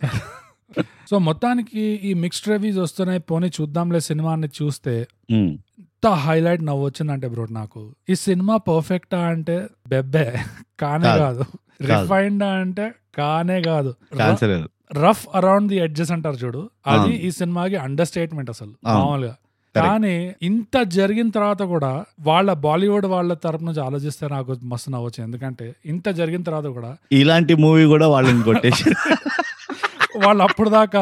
A: సో మొత్తానికి ఈ మిక్స్డ్ రివ్యూస్ వస్తున్నాయి పోనీ చూద్దాంలే సినిమా అని చూస్తే
B: ఉమ్.
A: ఎంత హైలైట్ నవ్వొచ్చిందంటే బ్రో నాకు ఈ సినిమా పర్ఫెక్టా అంటే బెబ్బే కానే కాదు
B: కాదు.
A: రిఫైండ్ అంటే కానే కాదు
B: Cancel లేదు
A: రఫ్ అరౌండ్ ది ఎడ్జెస్ అంటారు చూడు అది
B: అవును.
A: ఈ సినిమాకి అండర్ స్టేట్మెంట్ అసలు
B: అవును.
A: మామూలుగా కానీ ఇంత జరిగిన తర్వాత కూడా వాళ్ళ బాలీవుడ్ వాళ్ళ తరపు నుంచి ఆలోచిస్తే నాకు మస్తు నవ్వచ్చు ఎందుకంటే ఇంత జరిగిన తర్వాత కూడా
B: ఇలాంటి మూవీ కూడా వాళ్ళని
A: <laughs>
B: కొట్టేసి
A: వాళ్ళు అప్పుడు దాకా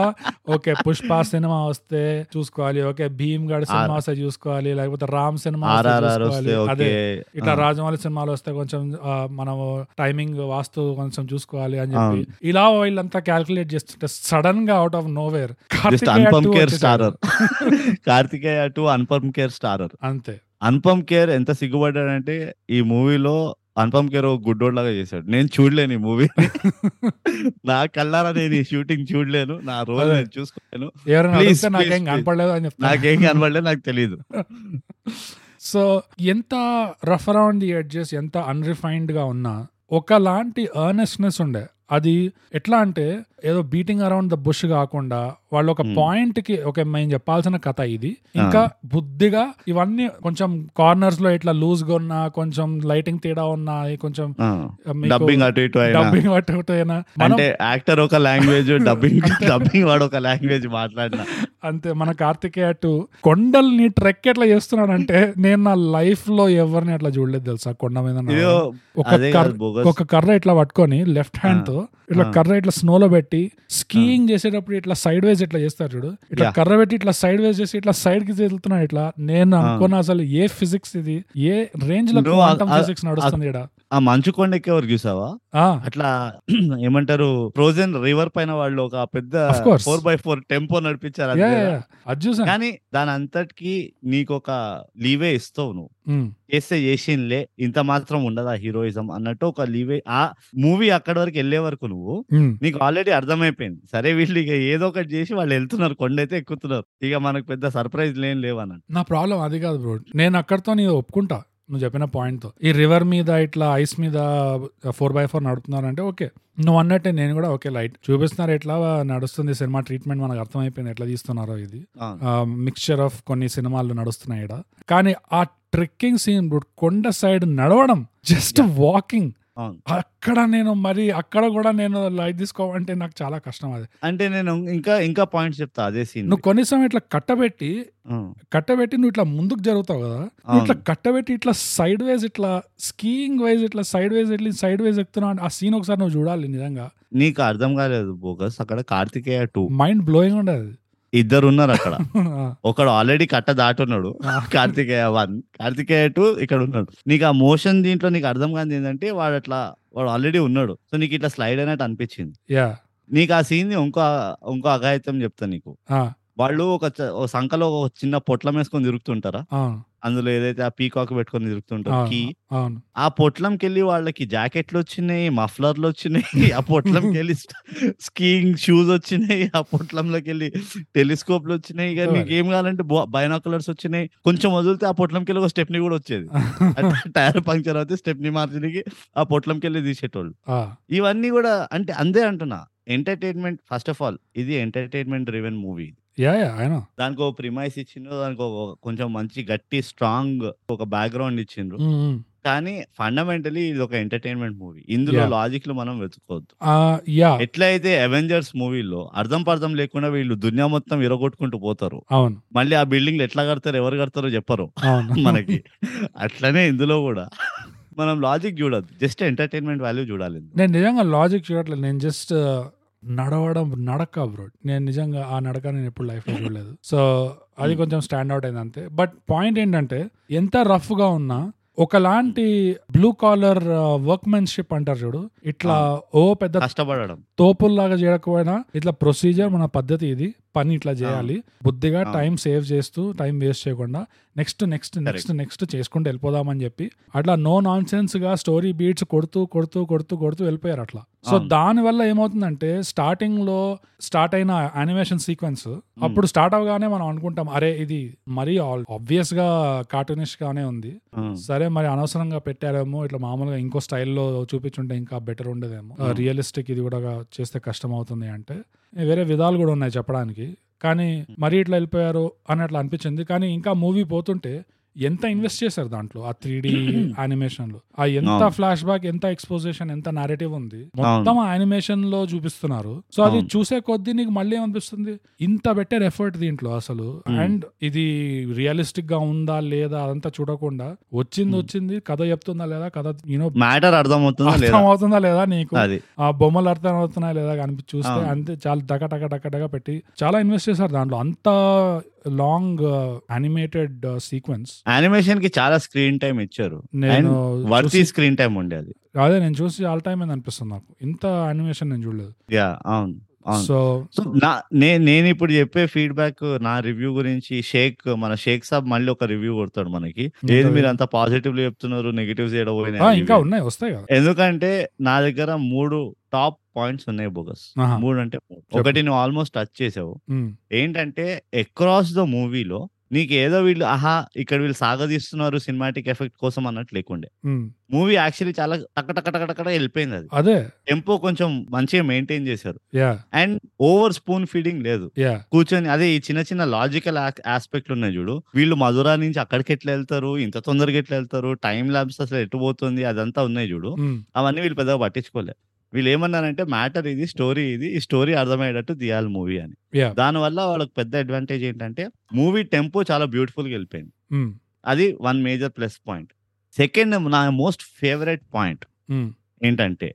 A: ఓకే పుష్ప సినిమా వస్తే చూసుకోవాలి ఓకే భీమ్ గడ్ సినిమా
B: ఆర్-
A: వస్తే చూసుకోవాలి లేకపోతే రామ్ సినిమా వస్తే
B: ఆర్ఆర్ఆర్
A: చూసుకోవాలి.
B: వస్తే
A: అదే
B: ఓకే
A: ఇట్లా రాజమౌళి సినిమాలు వస్తే కొంచెం ఆ, మనము టైమింగ్ వాస్తు కొంచెం చూసుకోవాలి అని చెప్పి ఇలా వీళ్ళంతా క్యాల్కులేట్ చేస్తుంటే సడన్ గా out of nowhere
B: just Anupam Kher starrer <laughs> Karthikeya two Anupam Kher starrer
A: అంతే
B: అన్పమ్ కేర్ ఎంత సిగ్గుపడ్డాడంటే ఈ మూవీలో అన్పమ్ కేర్ ఒక గుడ్డోడ్ లాగా చేశాడు నేను చూడలేను ఈ
A: <laughs>
B: మూవీ నా కళ్ళారా నేను ఈ షూటింగ్ చూడలేను నా రోల్
A: అదే.
B: నేను చూసుకోలేను
A: ఎవరైనా
B: Please,
A: అడిగితే నాకేం
B: please,
A: కనపడలేదు అని చెప్తాను
B: నాకేం కనబడలేదు నాకు తెలియదు
A: సో ఎంత రఫ్ అరౌండ్ ది ఎడ్జెస్ ఎంత అన్రిఫైన్డ్ గా ఉన్నా ఒకలాంటి అర్నెస్నెస్ ఉండే అది ఎట్లా అంటే ఏదో బీటింగ్ అరౌండ్ ద బుష్ కాకుండా వాళ్ళు ఒక
B: Hmm.
A: పాయింట్ కి ఒక మేము చెప్పాల్సిన కథ ఇది ఇంకా బుద్ధిగా ఇవన్నీ కొంచెం కార్నర్స్ లో ఇట్లా లూజ్ గా ఉన్నా కొంచెం లైటింగ్ తేడా ఉన్నా కొంచెం మీకు
B: డబ్బింగ్ అటు ఇటు అయినా
A: dubbing అటు ఇటు అయినా మనం
B: అంటే యాక్టర్ ఒక లాంగ్వేజ్ డబ్బింగ్ డబ్బింగ్ వాడు ఒక లాంగ్వేజ్ మాట్లాడినా
A: అంతే మన కార్తికేయ అటు కొండల్ని ట్రెక్ ఎట్లా చేస్తున్నాడంటే నేను నా లైఫ్ లో ఎవరిని అట్లా చూడలేదు తెలుసా కొండ మీద నా-
B: ఇదో
A: ఒక
B: అదే
A: కర్ర
B: కాదు బోగస్
A: ఒక కర్ర ఇట్లా పట్టుకొని లెఫ్ట్ హ్యాండ్ తో ఇట్లా
B: ఆ.
A: కర్ర ఇట్లా స్నో లో పెట్టి స్కీయింగ్ చేసేటప్పుడు ఇట్లా సైడ్ వేస్ ఇట్లా చేస్తారు చూడు ఇట్లా
B: Yeah.
A: కర్ర పెట్టి ఇట్లా సైడ్ వేస్ చేసి ఇట్లా సైడ్ కి వెళ్తున్నాడు ఇట్లా నేను అనుకున్న అసలు ఏ ఫిజిక్స్ ఇది ఏ రేంజ్ లో
B: నువ్వు ఆ-
A: క్వాంటమ్
B: ఆ-
A: ఫిజిక్స్ నడుస్తుంది ఈడ?
B: ఆ మంచు కొండ ఎక్కేవారు చూసావా
A: ఆ
B: అట్లా <clears throat> ఏమంటారు ఫ్రోజన్ రివర్ పైన వాళ్ళు ఒక పెద్ద
A: Of course.
B: Four by four tempo నడిపించారు అది
A: యా
B: కదా.
A: యా అది చూసాను
B: కానీ దాని అంతటికి నీకు ఒక లీవే ఇస్తావు నువ్వు
A: ఉమ్,
B: చేస్తే చేసిండ్లే ఇంత మాత్రం ఉండదు ఆ హీరోయిజం అన్నట్టు ఒక లీవే ఆ మూవీ అక్కడి వరకు వెళ్ళే వరకు నువ్వు
A: ఉమ్,
B: నీకు ఆల్రెడీ అర్థమైపోయింది సరే వీళ్ళు ఇక ఏదో ఒకటి చేసి వాళ్ళు వెళ్తున్నారు కొండైతే ఎక్కుతున్నారు ఇక మనకు పెద్ద సర్ప్రైజ్ లేని లేవన్నట్టు
A: నా ప్రాబ్లం అది కాదు బ్రో నేను అక్కడతో నీ ఒప్పుకుంటా నువ్వు చెప్పిన పాయింట్ తో ఈ రివర్ మీద ఇట్లా ఐస్ మీద ఫోర్ బై ఫోర్ నడుపుతున్నారంటే ఓకే నువ్వు అన్నట్టే నేను కూడా ఓకే లైట్ చూపిస్తున్నారు ఎట్లా నడుస్తుంది సినిమా ట్రీట్మెంట్ మనకు అర్థమైపోయింది ఎట్లా తీస్తున్నారో ఇది
B: అవును.
A: మిక్చర్ ఆఫ్ కొన్ని సినిమాలు నడుస్తున్నాయి ఈడ కానీ ఆ ట్రెక్కింగ్ సీన్ బ్రో కొండ సైడ్ నడవడం జస్ట్ వాకింగ్
B: అవును.
A: అక్కడ నేను మరి అక్కడ కూడా నేను లైట్ తీసుకోవాలంటే నాకు చాలా కష్టం అది
B: అంటే నేను ఇంకా ఇంకా పాయింట్స్ చెప్తా అదే సీన్
A: నువ్వు కనీసం ఇట్లా కట్టబెట్టి కట్టబెట్టి నువ్వు ఇట్లా ముందుకు జరుగుతావు కదా నువ్వు ఇట్లా కట్టబెట్టి ఇట్లా సైడ్ వేస్ ఇట్లా స్కీయింగ్ వైజ్ ఇట్లా సైడ్ వేస్ ఇట్లా సైడ్ వేస్ ఎక్కుతున్నావు అంటే ఆ సీన్ ఒకసారి నువ్వు చూడాలి నిజంగా
B: నీకు అర్థం కాలేదు బోకస్ అక్కడ కార్తికేయ టూ
A: మైండ్ బ్లోయింగ్ ఉండదు
B: ఇద్దరు ఉన్నారు అక్కడ
A: <laughs>
B: ఒకడు ఆల్రెడీ కట్ట దాటున్నాడు
A: ఆ.
B: కార్తికేయ వన్ కార్తికేయ టూ ఇక్కడ ఉన్నాడు నీకు ఆ మోషన్ దీంట్లో నీకు అర్థం కాదు ఏంటంటే వాడు అట్లా వాడు ఆల్రెడీ ఉన్నాడు సో నీకు ఇట్లా స్లైడ్ అయినట్టు అనిపించింది
A: యా
B: నీకు ఆ సీన్ ఇంకో ఇంకో అఘాయిత్యం చెప్తా నీకు వాళ్ళు ఒక చ- ఒక సంఖలో ఒక చిన్న పొట్లం వేసుకొని తిరుగుతుంటారా
A: అవును
B: అందులో ఏదైతే ఆ పీకాక్ పెట్టుకొని తిరుగుతుంటారు
A: అవును,
B: కీ
A: అవును
B: ఆ పొట్లంకి వెళ్ళి వాళ్ళకి జాకెట్లు వచ్చినాయి మఫ్లర్లు వచ్చినాయి ఆ పొట్లంకి వెళ్ళి స్కీయింగ్ షూస్ వచ్చినాయి ఆ పొట్లంలోకి వెళ్ళి టెలిస్కోప్లు వచ్చినాయి ఇక
A: Right.
B: నీకు ఏం కావాలంటే బైనాకులర్స్ వచ్చినాయి కొంచెం వదిలితే ఆ పొట్లంకి వెళ్ళి ఒక స్టెప్ని కూడా వచ్చేది అట్లా టైర్ పంక్చర్ అవుతే స్టెప్ని మార్చడానికి ఆ పొట్లంకి వెళ్ళి తీసేటోళ్ళు
A: ఆ,
B: ఇవన్నీ కూడా అంటే అందే అంటున్నా ఎంటర్టైన్మెంట్ ఫస్ట్ ఆఫ్ ఆల్ ఇది ఎంటర్టైన్మెంట్ రివెన్ మూవీ
A: యా యా ఆయన
B: దానికి ఒక ప్రిమైస్ ఇచ్చిండ్రు దానికి ఒక కొంచెం మంచి గట్టి స్ట్రాంగ్ ఒక బ్యాక్గ్రౌండ్ ఇచ్చిండ్రు కానీ ఫండమెంటలీ ఇది ఒక ఎంటర్టైన్మెంట్ మూవీ ఇందులో
A: Yeah.
B: లాజిక్ లు మనం వెతుకోవద్దు
A: యా
B: ఎట్లయితే అవెంజర్స్ మూవీలో అర్థం పర్థం లేకుండా వీళ్ళు దునియా మొత్తం ఇరగొట్టుకుంటూ పోతారు
A: అవును
B: మళ్ళీ ఆ బిల్డింగ్లు ఎట్లా కడతారు ఎవరు కడతారో చెప్పరు
A: అవును <laughs>
B: మనకి అట్లనే ఇందులో కూడా మనం లాజిక్ చూడద్దు జస్ట్ ఎంటర్టైన్మెంట్ వాల్యూ చూడాలి ఇందులో.
A: నేను నిజంగా లాజిక్ చూడట్లేదు నేను జస్ట్ నడవడం నడక బ్రో నేను నిజంగా ఆ నడక నేను ఎప్పుడు లైఫ్ లో చూడలేదు సో అది
B: Hmm.
A: కొంచెం స్టాండ్ అవుట్ అయింది అంతే బట్ పాయింట్ ఏంటంటే ఎంత రఫ్ గా ఉన్నా ఒకలాంటి బ్లూ కాలర్ వర్క్మెన్షిప్ అంటారు చూడు ఇట్లా ఓ పెద్ద
B: కష్టపడడం
A: తోపుల్లాగా చేయకపోయినా ఇట్లా ప్రొసీజర్ మన పద్ధతి ఇది పని ఇట్లా చేయాలి బుద్ధిగా
B: ఆ.
A: టైం సేవ్ చేస్తూ టైం వేస్ట్ చేయకుండా నెక్స్ట్ నెక్స్ట్ నెక్స్ట్ నెక్స్ట్ చేసుకుంటూ వెళ్ళిపోదామని చెప్పి అట్లా నో నాన్ గా స్టోరీ బీట్స్ కొడుతూ కొడుతూ కొడుతూ కొడుతూ వెళ్ళిపోయారు అట్లా సో
B: అవును.
A: దాని వల్ల ఏమవుతుందంటే స్టార్టింగ్ లో స్టార్ట్ అయిన యానిమేషన్ సీక్వెన్స్ అప్పుడు స్టార్ట్ అవగానే మనం అనుకుంటాం అరే ఇది మరీ ఆబ్వియస్ గా కార్టూనిస్ట్ గానే ఉంది
B: ఆ,
A: సరే మరి అనవసరంగా పెట్టారేమో ఇట్లా మామూలుగా ఇంకో స్టైల్లో చూపించుంటే ఇంకా బెటర్ ఉండేదేమో
B: Hmm.
A: రియలిస్టిక్ ఇది కూడా చేస్తే కష్టం అవుతుంది అంటే వేరే విధాలు కూడా ఉన్నాయి చెప్పడానికి కానీ
B: Hmm.
A: మరీ ఇట్లా వెళ్ళిపోయారు అని అట్లా అనిపించింది కానీ ఇంకా మూవీ పోతుంటే ఎంత ఇన్వెస్ట్ చేశారు దాంట్లో ఆ త్రీ డి
B: Hmm.
A: యానిమేషన్లో ఆ ఎంత
B: అవును.
A: ఫ్లాష్ బ్యాక్ ఎంత ఎక్స్పోజిషన్ ఎంత నారేటివ్ ఉంది
B: Hmm.
A: మొత్తం యానిమేషన్ లో చూపిస్తున్నారు సో అది
B: అవును.
A: చూసే కొద్దీ నీకు మళ్ళీ ఏమనిపిస్తుంది ఇంత బెటర్ ఎఫర్ట్ దీంట్లో అసలు
B: Hmm.
A: అండ్ ఇది రియలిస్టిక్ గా ఉందా లేదా అదంతా చూడకుండా వచ్చింది
B: Hmm. వచ్చింది,
A: వచ్చింది కథ చెప్తుందా లేదా కథ యూనో
B: మ్యాటర్ అర్థం అవుతుందా లేదా
A: అర్థం అవుతుందా లేదా నీకు
B: అది
A: ఆ బొమ్మలు అర్థం అవుతున్నాయి లేదా కనిపి చూస్తే
B: అవును.
A: అంతే చాలా డక డక డక డక పెట్టి చాలా ఇన్వెస్ట్ చేశారు దాంట్లో అంత long uh, animated sequence
B: animation కి చాలా స్క్రీన్ టైం ఇచ్చారు
A: నేను
B: వర్తి
A: చూసి-
B: స్క్రీన్ టైం ఉండే అది
A: అదే నేను చూసి చాలా టైం ఏంది అనిపిస్తుంది నాకు ఇంత యానిమేషన్ నేను చూడలేదు
B: యా అవును అవును
A: సో
B: సో నా నే- నేను ఇప్పుడు చెప్పే ఫీడ్బ్యాక్ నా రివ్యూ గురించి షేక్ మన షేక్ సాబ్ మళ్ళీ ఒక రివ్యూ కొడతాడు మనకి ఏది మీరు అంత పాజిటివ్ చెప్తున్నారు నెగిటివ్స్
A: ఆ, ఇంకా
B: ఏడబోయినా
A: ఉన్నాయి వస్తాయి కదా
B: ఎందుకంటే నా దగ్గర మూడు టాప్ పాయింట్స్ ఉన్నాయి బోగస్
A: ఆహా.
B: మూడు అంటే మూడు. ఒకటి నువ్వు ఆల్మోస్ట్ టచ్ చేసావు
A: ఉమ్,
B: ఏంటంటే అక్రాస్ ద మూవీలో నీకు ఏదో వీళ్ళు ఆహా ఇక్కడ వీళ్ళు సాగదీస్తున్నారు సినిమాటిక్ ఎఫెక్ట్ కోసం అన్నట్టు లేకుండే
A: ఉమ్.
B: మూవీ యాక్చువల్లీ చాలా టక టక టక టక వెళ్ళిపోయింది అది
A: అదే
B: టెంపో కొంచెం మంచిగా మెయింటైన్ చేశారు
A: yeah
B: and over spoon feeding లేదు
A: యా
B: కూర్చొని అదే ఈ చిన్న చిన్న లాజికల్ ఆస్పెక్ట్లు ఉన్నాయి చూడు వీళ్ళు మధురా నుంచి అక్కడికి ఎట్లా వెళ్తారు ఇంత తొందరగా ఎట్లా వెళ్తారు టైం ల్యాబ్స్ అసలు ఎటు పోతుంది అదంతా ఉన్నాయి చూడు
A: ఉమ్,
B: అవన్నీ వీళ్ళు పెద్దగా పట్టించుకోలే వీళ్ళు ఏమన్నారంటే మ్యాటర్ ఇది స్టోరీ ఇది ఈ స్టోరీ అర్థమయ్యేటట్టు తీయాలి మూవీ అని
A: Yeah.
B: దానివల్ల వాళ్ళకి పెద్ద అడ్వాంటేజ్ ఏంటంటే మూవీ టెంపో చాలా బ్యూటిఫుల్ గా వెళ్ళిపోయింది
A: ఉమ్,
B: అది one major plus point second నా మోస్ట్ ఫేవరెట్ పాయింట్
A: ఉమ్.
B: ఏంటంటే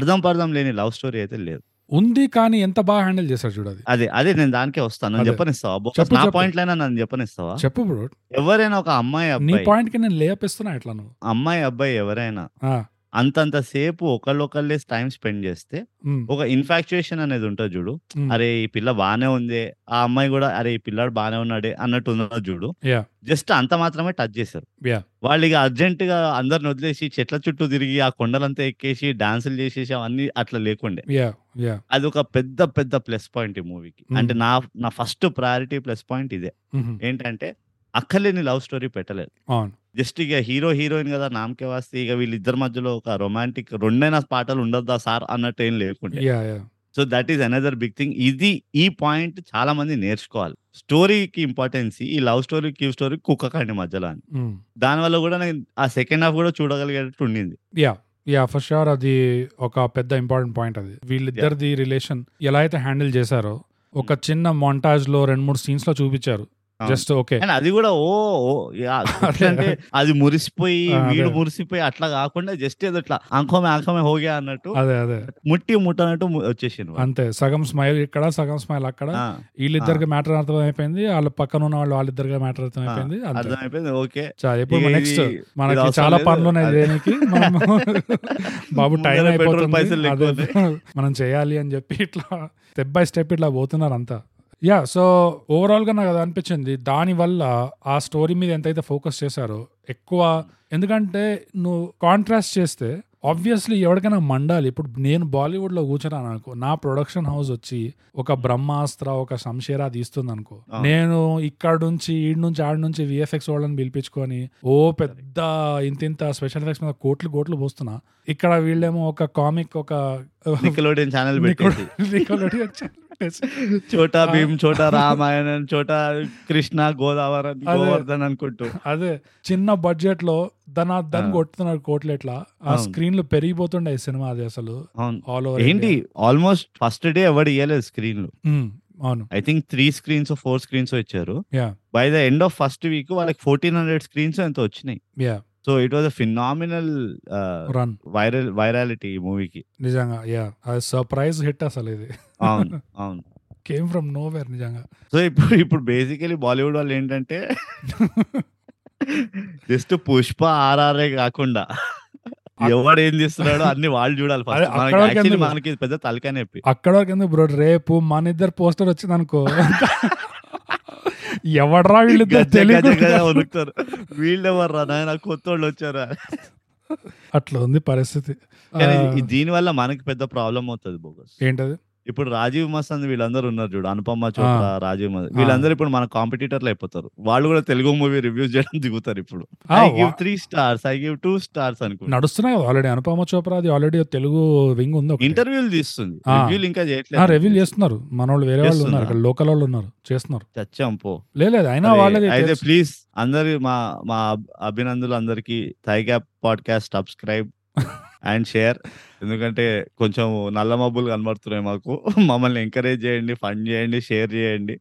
B: అర్థం పర్థం లేని లవ్ స్టోరీ అయితే లేదు
A: ఉంది కానీ ఎంత బాగా హ్యాండిల్ చేశారు చూడు అది
B: అదే అదే నేను దానికే వస్తాను నన్ను
A: అదే.
B: చెప్పనిస్తావా Boss,
A: చెప్పు,
B: నా
A: చెప్పు.
B: పాయింట్ లైనా నన్ను చెప్పనిస్తావా
A: చెప్పు బ్రో
B: ఎవరైనా ఒక అమ్మాయి
A: నీ
B: అబ్బాయి
A: పాయింట్ కి నేను లేఅప్ ఇస్తున్నా ఇట్లా నువ్వు
B: అమ్మాయి అబ్బాయి ఎవరైనా
A: ఆ,
B: అంతంత సేపు ఒకళ్ళొకళ్ళే టైం స్పెండ్ చేస్తే
A: ఉమ్,
B: ఒక ఇన్ఫాక్చుయేషన్ అనేది ఉంటుంది చూడు
A: ఉమ్,
B: అరే ఈ పిల్ల బానే ఉంది ఆ అమ్మాయి కూడా అరే ఈ పిల్లాడు బానే ఉన్నాడే అన్నట్టు ఉన్నది చూడు
A: Yeah.
B: జస్ట్ అంత మాత్రమే టచ్ చేశారు
A: Yeah.
B: వాళ్ళు ఇక అర్జెంట్ గా అందరిని వదిలేసి చెట్ల చుట్టూ తిరిగి ఆ కొండలంతా ఎక్కేసి డాన్సులు చేసేసి అవన్నీ అట్లా లేకుండే
A: యా యా
B: అది ఒక పెద్ద పెద్ద ప్లస్ పాయింట్ ఈ మూవీకి
A: Mm.
B: అంటే నా నా ఫస్ట్ ప్రయారిటీ ప్లస్ పాయింట్ ఇదే
A: ఉహు,
B: ఏంటంటే అక్కర్లేని లవ్ స్టోరీ పెట్టలేదు
A: అవును
B: జస్ట్ ఇక హీరో హీరోయిన్ కదా నామకే వాస్తే ఇక వీళ్ళిద్దరి మధ్యలో ఒక రొమాంటిక్ రెండైనా పాటలు ఉండద్దా సార్ అన్నట్టు ఏం లేకుండే
A: yeah yeah
B: so that is another big thing ఇది ఈ పాయింట్ చాలా మంది నేర్చుకోవాలి స్టోరీకి ఇంపార్టెన్స్ ఈ లవ్ స్టోరీ క్యూ స్టోరీ కుక్క కండి మధ్యలో అని
A: ఉమ్,
B: దానివల్ల కూడా నేను ఆ సెకండ్ హాఫ్ కూడా చూడగలిగేటట్టు ఉండింది
A: యా యా ఫర్ షూర్ అది ఒక పెద్ద ఇంపార్టెంట్ పాయింట్ అది వీళ్ళిద్దరిది రిలేషన్ ఎలా అయితే హ్యాండిల్ చేశారో ఒక చిన్న మొంటాజ్ లో రెండు మూడు సీన్స్ లో చూపించారు
B: Hmm. అవును.
A: జస్ట్ ఓకే
B: అండ్ అది కూడా ఓ ఓ, యా,
A: <laughs> అదే.
B: అంటే అది మురిసిపోయి
A: ఆ, అదే.
B: వీడు మురిసిపోయి అట్లా కాకుండా జస్ట్ ఏదో ఇట్లా అంకమే అంకమే హోగా అన్నట్టు
A: అదే అదే
B: ముట్టి ముట్టనట్టు ము- వచ్చేసింది వాళ్ళు.
A: అంతే సగం స్మైల్ ఇక్కడ సగం స్మైల్ అక్కడ
B: ఆ,
A: వీళ్ళిద్దరికి మ్యాటర్ అర్థం అయిపోయింది వాళ్ళ పక్కన ఉన్న వాళ్ళు వాళ్ళిద్దరికి మ్యాటర్ అర్థం అయిపోయింది అంతే
B: అర్థమైపోయింది ఓకే
A: చాలా ఇప్పుడు
B: ఇది-
A: నెక్స్ట్
B: ఇది
A: మనకి
B: అవసరం
A: చాలా
B: లేదు.
A: పనులు ఉన్నాయి
B: అదే.
A: దేనికి మనము <laughs>
B: <laughs>
A: బాబు టైం
B: ముందరే పెట్రోల్
A: అయిపోతుంది
B: పైసలు
A: <laughs>
B: లేకపోతే.
A: అదే మనం చేయాలి అని చెప్పి ఇట్లా స్టెప్ బై స్టెప్ ఇట్లా పోతున్నారు అంతా యా సో ఓవరాల్ గా నాకు అది అనిపించింది దానివల్ల ఆ స్టోరీ మీద ఎంతైతే ఫోకస్ చేశారో ఎక్కువ ఎందుకంటే నువ్వు కాంట్రాస్ట్ చేస్తే ఆబ్వియస్లీ ఎవరికైనా మండాలి ఇప్పుడు నేను బాలీవుడ్ లో కూర్చున్నా అనుకో నా ప్రొడక్షన్ హౌస్ వచ్చి ఒక బ్రహ్మాస్త్ర ఒక శంషేరా తీస్తుంది అనుకో
B: ఆ.
A: నేను ఇక్కడ నుంచి ఈడ నుంచి ఆడ నుంచి విఎఫ్ఎక్స్ వాళ్ళని పిలిపించుకొని ఓ పెద్ద ఇంత ఇంత స్పెషల్ ఎఫెక్ట్స్ మీద కోట్లు కోట్లు పోస్తున్నా ఇక్కడ వీళ్ళేమో ఒక కామిక్ ఒక <laughs>
B: నికలోడియన్ ఛానల్ పెట్టేసి
A: Nickelodeon channel పెట్టేసి.
B: చోటా భీమ్
A: <laughs>
B: చోటా రామాయణం చోటా కృష్ణ గోదావరి
A: అదే.
B: గోవర్ధన్ అనుకుంటూ
A: అదే చిన్న బడ్జెట్ లో దాని దాన్ని
B: ఆ.
A: కొట్టుతున్నారు కోట్లు ఎట్లా ఆ
B: అవును.
A: స్క్రీన్లు పెరిగిపోతుండే ఈ సినిమా అది అసలు
B: అవును
A: ఆల్ ఓవర్
B: ఏంటి ఆల్మోస్ట్ ఫస్ట్ డే ఎవరు ఇవ్వలేదు స్క్రీన్లు
A: Hmm, అవును
B: I think three screens four screens ఇచ్చారు
A: yeah
B: by the end of first week వాళ్ళకి ఫోర్టీన్ హండ్రెడ్ స్క్రీన్స్ ఎంత వచ్చినాయి
A: yeah
B: so it was a phenomenal
A: run
B: viral virality ఈ మూవీకి
A: నిజంగా యా అది సర్ప్రైజ్ హిట్ అసలు ఇది
B: అవును
A: <laughs>
B: అవును
A: కేమ్ ఫ్రమ్ నో వేర్ నిజంగా
B: సో ఇప్పుడు ఇప్పుడు బేసికలీ బాలీవుడ్ వాళ్ళు ఏంటంటే జస్ట్ పుష్ప ఆర్ఆర్ఏ కాకుండా ఎవడు ఏం చేస్తున్నాడో అన్ని వాళ్ళు చూడాలి
A: అదే,
B: ఫస్ట్
A: అక్కడ వరకు
B: మనకి
A: ఎందుకు?
B: మనకి ఇది పెద్ద తలకాయ నొప్పి
A: అక్కడ వరకు ఎందుకు బ్రో రేపు మన ఇద్దరు పోస్టర్ వచ్చింది అనుకో ఎవడరా వీళ్ళిద్దరు
B: గజ్జ గజ్జ గజ్జ
A: తెలియదు
B: వణుకుతారు వీళ్ళెవర్రా నాయన కొత్త వాళ్ళు వచ్చారా
A: అట్లా ఉంది పరిస్థితి
B: కానీ
A: ఆ,
B: ఇది- దీనివల్ల మనకి పెద్ద ప్రాబ్లం అవుతుంది బోగస్
A: ఏంటది
B: ఇప్పుడు రాజీవ్ మస్తాన్ వీళ్ళందరూ ఉన్నారు చూడు అనుపమ చోప్రా రాజీవ్ మస్తాన్ వీళ్ళందరూ ఇప్పుడు మన కాంపిటీటర్లు అయిపోతారు వాళ్ళు కూడా తెలుగు మూవీ రివ్యూస్ చేయడం దిగుతారు ఇప్పుడు
A: ఆ,
B: ఐ గివ్
A: వా-
B: three stars I give two stars అనుకుంటా
A: నడుస్తున్నాయి కదా ఆల్రెడీ అనుపమ చోప్రా అది ఆల్రెడీ తెలుగు వింగ్ ఉంది ఒకటి.
B: ఇంటర్వ్యూలు తీస్తుంది
A: ఆ.
B: రివ్యూలు ఇంకా
A: ఆ
B: చేయట్లేదు
A: రివ్యూలు చేస్తున్నారు మన వాళ్ళు వేరే వాళ్ళు ఉన్నారు
B: చేస్తున్నారా?
A: అక్కడ లోకల్ వాళ్ళు ఉన్నారు చేస్తున్నారు
B: చచ్చాం పో
A: లేదు అయినా
B: అరే,
A: వాళ్ళది
B: అయితే
A: తెలుసు.
B: ప్లీజ్ అందరి మా మా అబ్- అభినందులు అందరికి థైగ్యాప్ పాడ్కాస్ట్
A: <laughs>
B: సబ్స్క్రైబ్ అండ్ షేర్ ఎందుకంటే కొంచెం నల్ల మబ్బులు కనబడుతున్నాయి మాకు <laughs> మమ్మల్ని ఎంకరేజ్ చేయండి ఫండ్ చేయండి షేర్ చేయండి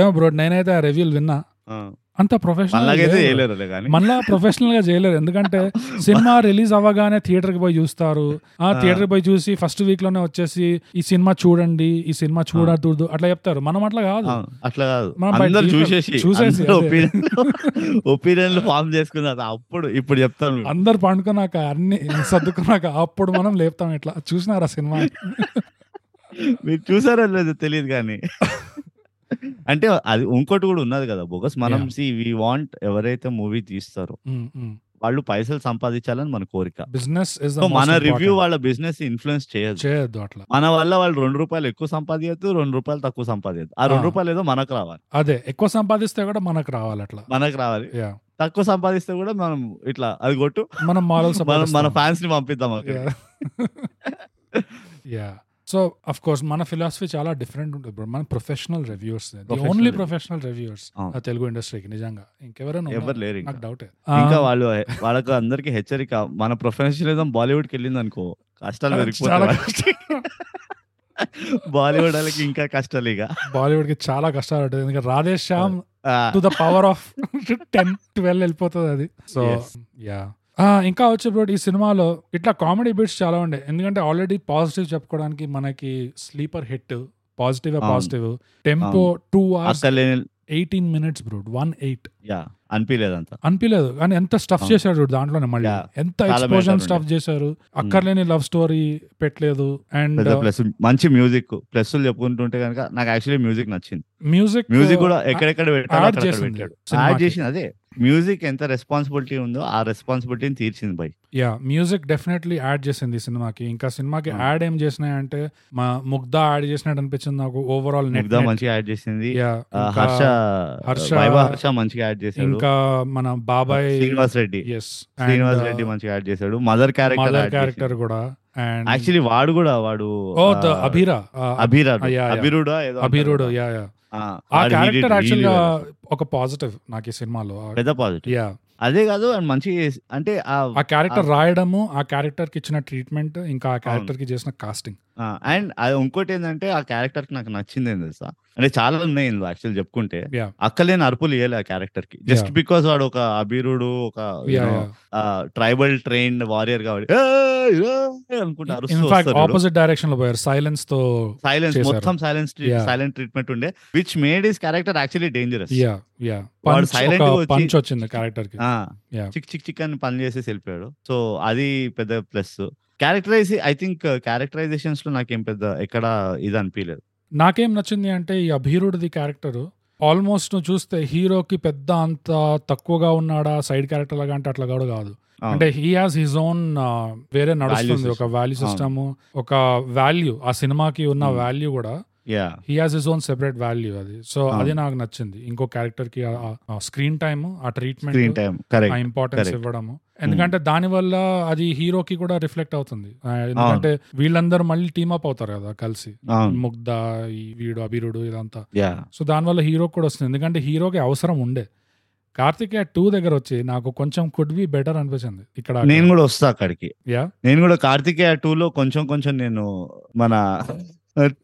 A: ఏమో బ్రో నేనైతే ఆ రివ్యూలు విన్నా
B: ఆ,
A: అంత ప్రొఫెషనల్
B: మనలాగైతే చేయలేరులే కానీ <laughs>
A: మళ్ళా ప్రొఫెషనల్ గా చేయలేరు ఎందుకంటే సినిమా రిలీజ్ అవ్వగానే థియేటర్ కి పోయి చూస్తారు ఆ థియేటర్ కి పోయి చూసి ఫస్ట్ వీక్ లోనే వచ్చేసి ఈ సినిమా చూడండి ఈ సినిమా చూడకూడదు అట్లా చెప్తారు మనం అట్లా కాదు
B: ఆ, అట్లా కాదు
A: మనం బయట
B: అందరు
A: తీసాం.
B: చూసేసి
A: చూసేసి, అదే.
B: <laughs> ఒపీనియన్లు ఫామ్ చేసుకున్న అప్పుడు ఇప్పుడు చెప్తాను
A: అందరు పండుకున్నాక అన్ని సర్దుకున్నాక అప్పుడు మనం లేపుతాం ఇట్లా చూసినారా సినిమా
B: మీరు చూసారో లేదో తెలియదు కానీ అంటే అది ఇంకోటి కూడా ఉన్నది కదా బోగస్ మనం
A: Yeah.
B: సి వి వాంట్ ఎవరైతే మూవీ తీస్తారో వాళ్ళు పైసలు సంపాదించాలని మన కోరిక
A: బిజినెస్ ఇస్
B: సో మన రివ్యూ వాళ్ళ బిజినెస్ ఇన్ఫ్లుయెన్స్ చేయదు
A: చేయొద్దు అట్లా
B: మన వల్ల వాళ్ళు రెండు రూపాయలు ఎక్కువ సంపాదించదు రెండు రూపాయలు తక్కువ సంపాదించదు ఆ రెండు
A: ఆ.
B: రూపాయలు ఏదో మనకు రావాలి
A: అదే ఎక్కువ సంపాదిస్తే కూడా మనకు రావాలి అట్లా
B: మనకు రావాలి
A: Yeah.
B: తక్కువ సంపాదిస్తే కూడా మనం ఇట్లా అది కొట్టు
A: మనం మాలలు
B: మనం మన
A: సంపాదిస్తాం.
B: ఫ్యాన్స్ ని పంపిద్దాం అక్కడ
A: <laughs> యా సో అఫ్ కోర్స్ మన ఫిలాసఫీ చాలా డిఫరెంట్ ఉంటుంది బ్రో మన professional reviewers
B: Professional
A: only
B: review.
A: Professional reviewers
B: అవును.
A: తెలుగు ఇండస్ట్రీకి నిజంగా ఇంకెవరైనా
B: ఎవరు
A: ఉన్నారు?
B: లేరు ఇంకా.
A: నాకు డౌట్
B: ఇంకా వాళ్ళు వాళ్ళకు అందరికి హెచ్చరిక మన ప్రొఫెషనలిజం బాలీవుడ్ కి వెళ్ళింది అనుకో కష్టాలు
A: చాలా
B: పెరిగిపోతాయి బాలీవుడ్ వాళ్ళకి ఇంకా కష్టాలు ఇక
A: బాలీవుడ్ కి చాలా కష్టాలు ఉంటుంది ఎందుకంటే రాధేష్ శ్యామ్
B: ఆ,
A: to the power of ten twelve వెళ్ళిపోతుంది అది సో
B: Yes.
A: యా ఇంకా వచ్చే బ్రో ఈ సినిమాలో ఇట్లా కామెడీ బిట్స్ చాలా ఉండే ఎందుకంటే ఆల్రెడీ పాజిటివ్ చెప్పుకోవడానికి మనకి స్లీపర్ హిట్ పాజిటివ్
B: అవును.
A: పాజిటివ్ టెంపో టూ అవర్స్
B: అసలేని
A: eighteen minutes bro one eight
B: yeah అనిపించలేదంత
A: అనిపించలేదు కానీ ఎంత స్టఫ్
B: అవును.
A: చేశారు చూడు దాంట్లోనే మళ్ళీ
B: Yeah.
A: ఎంత
B: చాలా
A: ఎక్స్పోజన్
B: better
A: స్టఫ్ చేశారు అక్కర్లేని లవ్ స్టోరీ పెట్టలేదు uh, అండ్
B: పెద్ద ప్లస్ మంచి మ్యూజిక్ ప్లస్లు చెప్పుకుంటుంటే కనుక నాకు యాక్చువల్లీ మ్యూజిక్ నచ్చింది
A: మ్యూజిక్
B: మ్యూజిక్ కూడా ఎక్కడెక్కడ పెట్టాలో
A: యాడ్
B: అక్కడక్కడ
A: uh, చేసింది సినిమాకి.
B: పెట్టాడు యాడ్ చేసింది అదే మ్యూజిక్ ఎంత రెస్పాన్సిబిలిటీ ఉందో ఆ రెస్పాన్సిబిలిటీని తీర్చింది by
A: yeah music definitely add చేసింది ఈ సినిమాకి ఇంకా సినిమాకి
B: Hmm.
A: యాడ్ ఏం చేసినాయంటే మా ముగ్ధ యాడ్ చేసినట్టు అనిపించింది నాకు ఓవరాల్ నెట్
B: ముగ్ధ మంచిగా యాడ్ చేసింది
A: యా
B: ఆ, uh, హర్ష
A: హర్ష-
B: వైభ హర్ష మంచిగా యాడ్ చేశాడు
A: ఇంకా మన బాబాయ్
B: శ్రీనివాస్ రెడ్డి
A: ఎస్
B: శ్రీనివాస్ రెడ్డి మంచిగా యాడ్ చేశాడు mother
A: uh, mother
B: character
A: character కూడా oh, అండ్
B: యాక్చువల్లీ వాడు కూడా వాడు
A: ఓ
B: ఆ,
A: ద అభిరా
B: అభిరాడు
A: Ah, yeah, yeah.
B: అభిరుడా ఏదో అంటారు
A: అభిరుడు
B: కదా.
A: యా యా
B: ఆ,
A: ఆ
B: వాడు
A: క్యారెక్టర్
B: really-
A: యాక్చువల్ గా
B: really
A: ఒక పాజిటివ్ నాకు ఈ సినిమాలో
B: పెద్ద పాజిటివ్
A: యా
B: అదే కాదు అండ్ మంచి అంటే ఆ
A: ఆ క్యారెక్టర్ రాయడము ఆ క్యారెక్టర్ కి ఇచ్చిన ట్రీట్మెంట్ ఇంకా ఆ క్యారెక్టర్ కి చేసిన కాస్టింగ్
B: అండ్ ఇంకోటి ఏంటంటే ఆ క్యారెక్టర్ కి నాకు నచ్చింది ఏం తెలుసా అంటే చాలా ఉన్నాయి ఇందులో యాక్చువల్ చెప్పుకుంటే
A: Yeah.
B: అక్కలేని అరుపులు ఇవ్వలే ఆ క్యారెక్టర్ కి జస్ట్
A: Yeah.
B: బికాస్ వాడు ఒక అభిరుడు ఒక ట్రైబల్ ట్రైన్డ్ వారియర్ కాబట్టి "ఏయ్, ఏయ్" అనుకుంటూ అరుస్తూ
A: ఇన్ఫాక్ట్
B: వస్తాడు.
A: ఆపోజిట్ డైరెక్షన్ లో పోయారు సైలెన్స్ తో
B: సైలెన్స్
A: చేశారు.
B: మొత్తం సైలెన్స్
A: Yeah.
B: సైలెంట్ ట్రీట్మెంట్ ఉండే which made is character actually dangerous
A: yeah yeah
B: వాడు
A: పంచ్
B: silent గా వచ్చి-
A: పంచ్ వచ్చింది క్యారెక్టర్ కి Yeah.
B: చిక్ చిక్ చిక్ అని పని చేసేసి వెళ్ళిపోయాడు సో అది పెద్ద plus characterise I think characterisations లో నాకేం పెద్ద ఎక్కడ ఇది అనిపించలేదు
A: నాకేం నచ్చింది అంటే ఈ అభీరుడిది క్యారెక్టర్ ఆల్మోస్ట్ నువ్వు చూస్తే హీరోకి పెద్ద అంత తక్కువగా ఉన్నాడా సైడ్ క్యారెక్టర్ లాగా అంటే అట్లా కూడా కాదు
B: అవును.
A: అంటే he has his own uh, వేరే నడుస్తుంది
B: system.
A: ఒక వాల్యూ సిస్టమ్ ఒక వాల్యూ ఆ సినిమాకి ఉన్న
B: Hmm.
A: వాల్యూ కూడా
B: yeah
A: he has his own separate value అది సో
B: అవును.
A: అది నాకు నచ్చింది ఇంకో క్యారెక్టర్ కి స్క్రీన్ టైమ్ ఆ
B: స్క్రీన్
A: ట్రీట్మెంట్
B: టైం
A: ఆ
B: కరెక్ట్
A: ఇంపార్టెన్స్
B: Correct. Hmm.
A: ఇవ్వడము ఎందుకంటే దాని వల్ల అది హీరోకి కూడా రిఫ్లెక్ట్ అవుతుంది ఆ, ఎందుకంటే వీళ్ళందరూ మళ్ళీ టీమప్ అవుతారు కదా కలిసి
B: అవును
A: ముగ్ధ ఈ వీడు అభిరుడు ఇదంతా
B: యా
A: సో దానివల్ల హీరోకి కూడా వస్తుంది ఎందుకంటే హీరోకి అవసరం ఉండే కార్తికేయ టూ దగ్గర వచ్చి నాకు కొంచెం కుడ్ బి బెటర్ అనిపించింది ఇక్కడ
B: నేను కూడా వస్తా అక్కడికి
A: Yeah.
B: నేను కూడా కార్తికేయ టూ లో కొంచెం కొంచెం నేను మన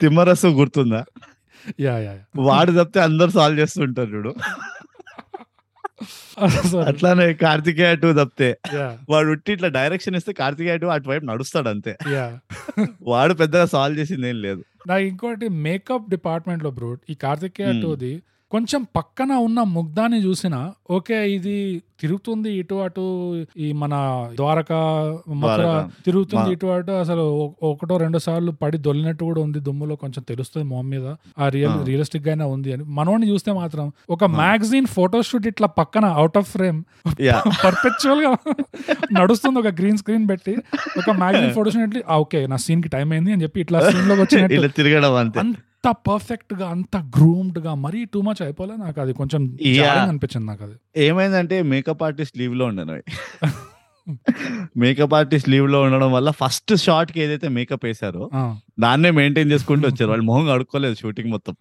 B: తిమ్మరసు గుర్తుందా
A: యా యా <laughs>
B: వాడు తప్పితే అందరు సాల్వ్ చేస్తుంటారు చూడు అట్లానే కార్తికేయ టూ తప్పితే
A: యా
B: వాడు ఉట్టి ఇట్లా డైరెక్షన్ ఇస్తే కార్తికేయ టూ అటువైపు నడుస్తాడు అంతే
A: యా
B: వాడు పెద్దగా సాల్వ్ చేసింది ఏం లేదు
A: నాకు ఇంకోటి మేకప్ డిపార్ట్మెంట్ లో బ్రో ఈ కార్తికేయ
B: Hmm.
A: టూది కొంచెం పక్కన ఉన్న ముగ్ధాని చూసినా ఓకే ఇది తిరుగుతుంది ఇటు అటు ఈ మన ద్వారక మథుర
B: ద్వారకా.
A: తిరుగుతుంది
B: మా-
A: ఇటు అటు అసలు ఒ- ఒకటో రెండు సార్లు పడి దొల్లినట్టు కూడా ఉంది దుమ్ములో కొంచెం తెలుస్తుంది మొహం మీద ఆ రియల్
B: Ah.
A: రియలిస్టిక్ గానే ఉంది అని మనోడిని చూస్తే మాత్రం ఒక
B: Ah.
A: మ్యాగజైన్ ఫోటోషూట్ ఇట్లా పక్కన అవుట్ ఆఫ్ ఫ్రేమ్
B: యా
A: పర్ఫెక్చువల్ గా నడుస్తుంది ఒక గ్రీన్ స్క్రీన్ పెట్టి ఒక
B: <laughs>
A: మ్యాగజైన్ ఫోటోషూట్ ఓకే నా సీన్ కి టైం అయింది అని చెప్పి ఇట్లా సీన్ లోకి వచ్చినట్టు
B: ఇలా తిరగడం అంతే
A: అంత పర్ఫెక్ట్ గా అంత గ్రూమ్డ్ గా మరీ టూ మచ్ అయిపోలే నాకు అది కొంచెం
B: Yeah.
A: jarring అనిపించింది నాకు అది
B: ఏమైందంటే మేకప్ ఆర్టిస్ట్ లీవ్ లో ఉండను మేకప్ ఆర్టిస్ట్ లీవ్ లో ఉండడం వల్ల ఫస్ట్ షాట్ కి ఏదైతే మేకప్ వేశారో
A: ఆ,
B: దాన్నే మెయింటైన్ చేసుకుంటూ వచ్చారు వాళ్ళు మొహం కడుక్కోలేదు షూటింగ్ మొత్తం